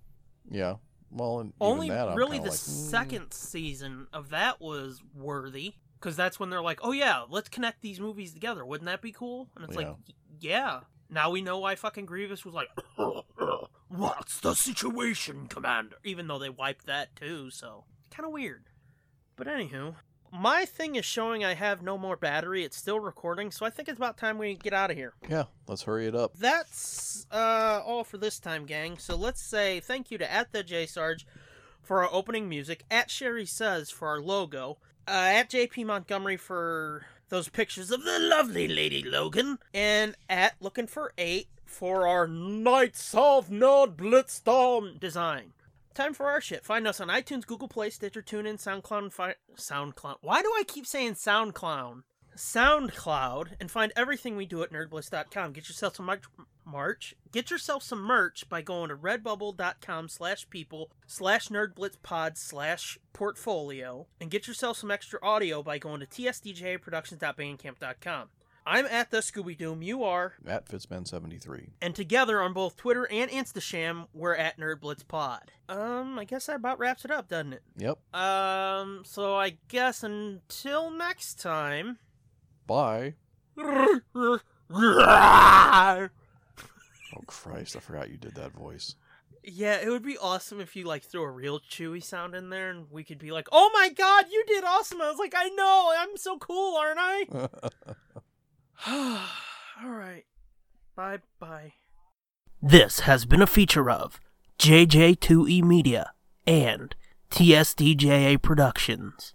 yeah. Well, and even only that, I'm really kinda the like, mm, second season of that was worthy because that's when they're like oh yeah let's connect these movies together wouldn't that be cool and it's like yeah now we know why fucking grievous was like [LAUGHS] what's the situation commander even though they wiped that too so kind of weird but anywho my thing is showing i have no more battery it's still recording so i think it's about time we get out of here Yeah, let's hurry it up. that's uh, all for this time, gang. So let's say thank you to at the J Sarge for our opening music, at Sherry Says for our logo, uh, at JP Montgomery for those pictures of the lovely Lady Logan, and at Looking for Eight for our Knights of Nord Blitzdom design. Time for our shit. Find us on iTunes, Google Play, Stitcher, TuneIn, SoundCloud, and fi- SoundCloud. Why do I keep saying SoundCloud? SoundCloud and find everything we do at nerdbliss.com. Get yourself some merch, merch. Get yourself some merch by going to redbubble.com slash people slash nerdblitzpod slash portfolio and get yourself some extra audio by going to tsdjproductions.bandcamp.com. I'm at the Scooby Doom. You are. At Fitzman seventy three. And together on both Twitter and Instasham, we're at nerdblitzpod. Um, I guess that about wraps it up, doesn't it? Yep. Um, so I guess until next time. Bye. yeah, Oh Christ, I forgot you did that voice. it would be awesome if you like threw a real chewy sound in there and we could be like, "Oh my god, you did awesome." I was like, "I know. I'm so cool, aren't I?" [SIGHS] All right. Bye-bye. This has been a feature of E JJ2E Media and TSDJA Productions.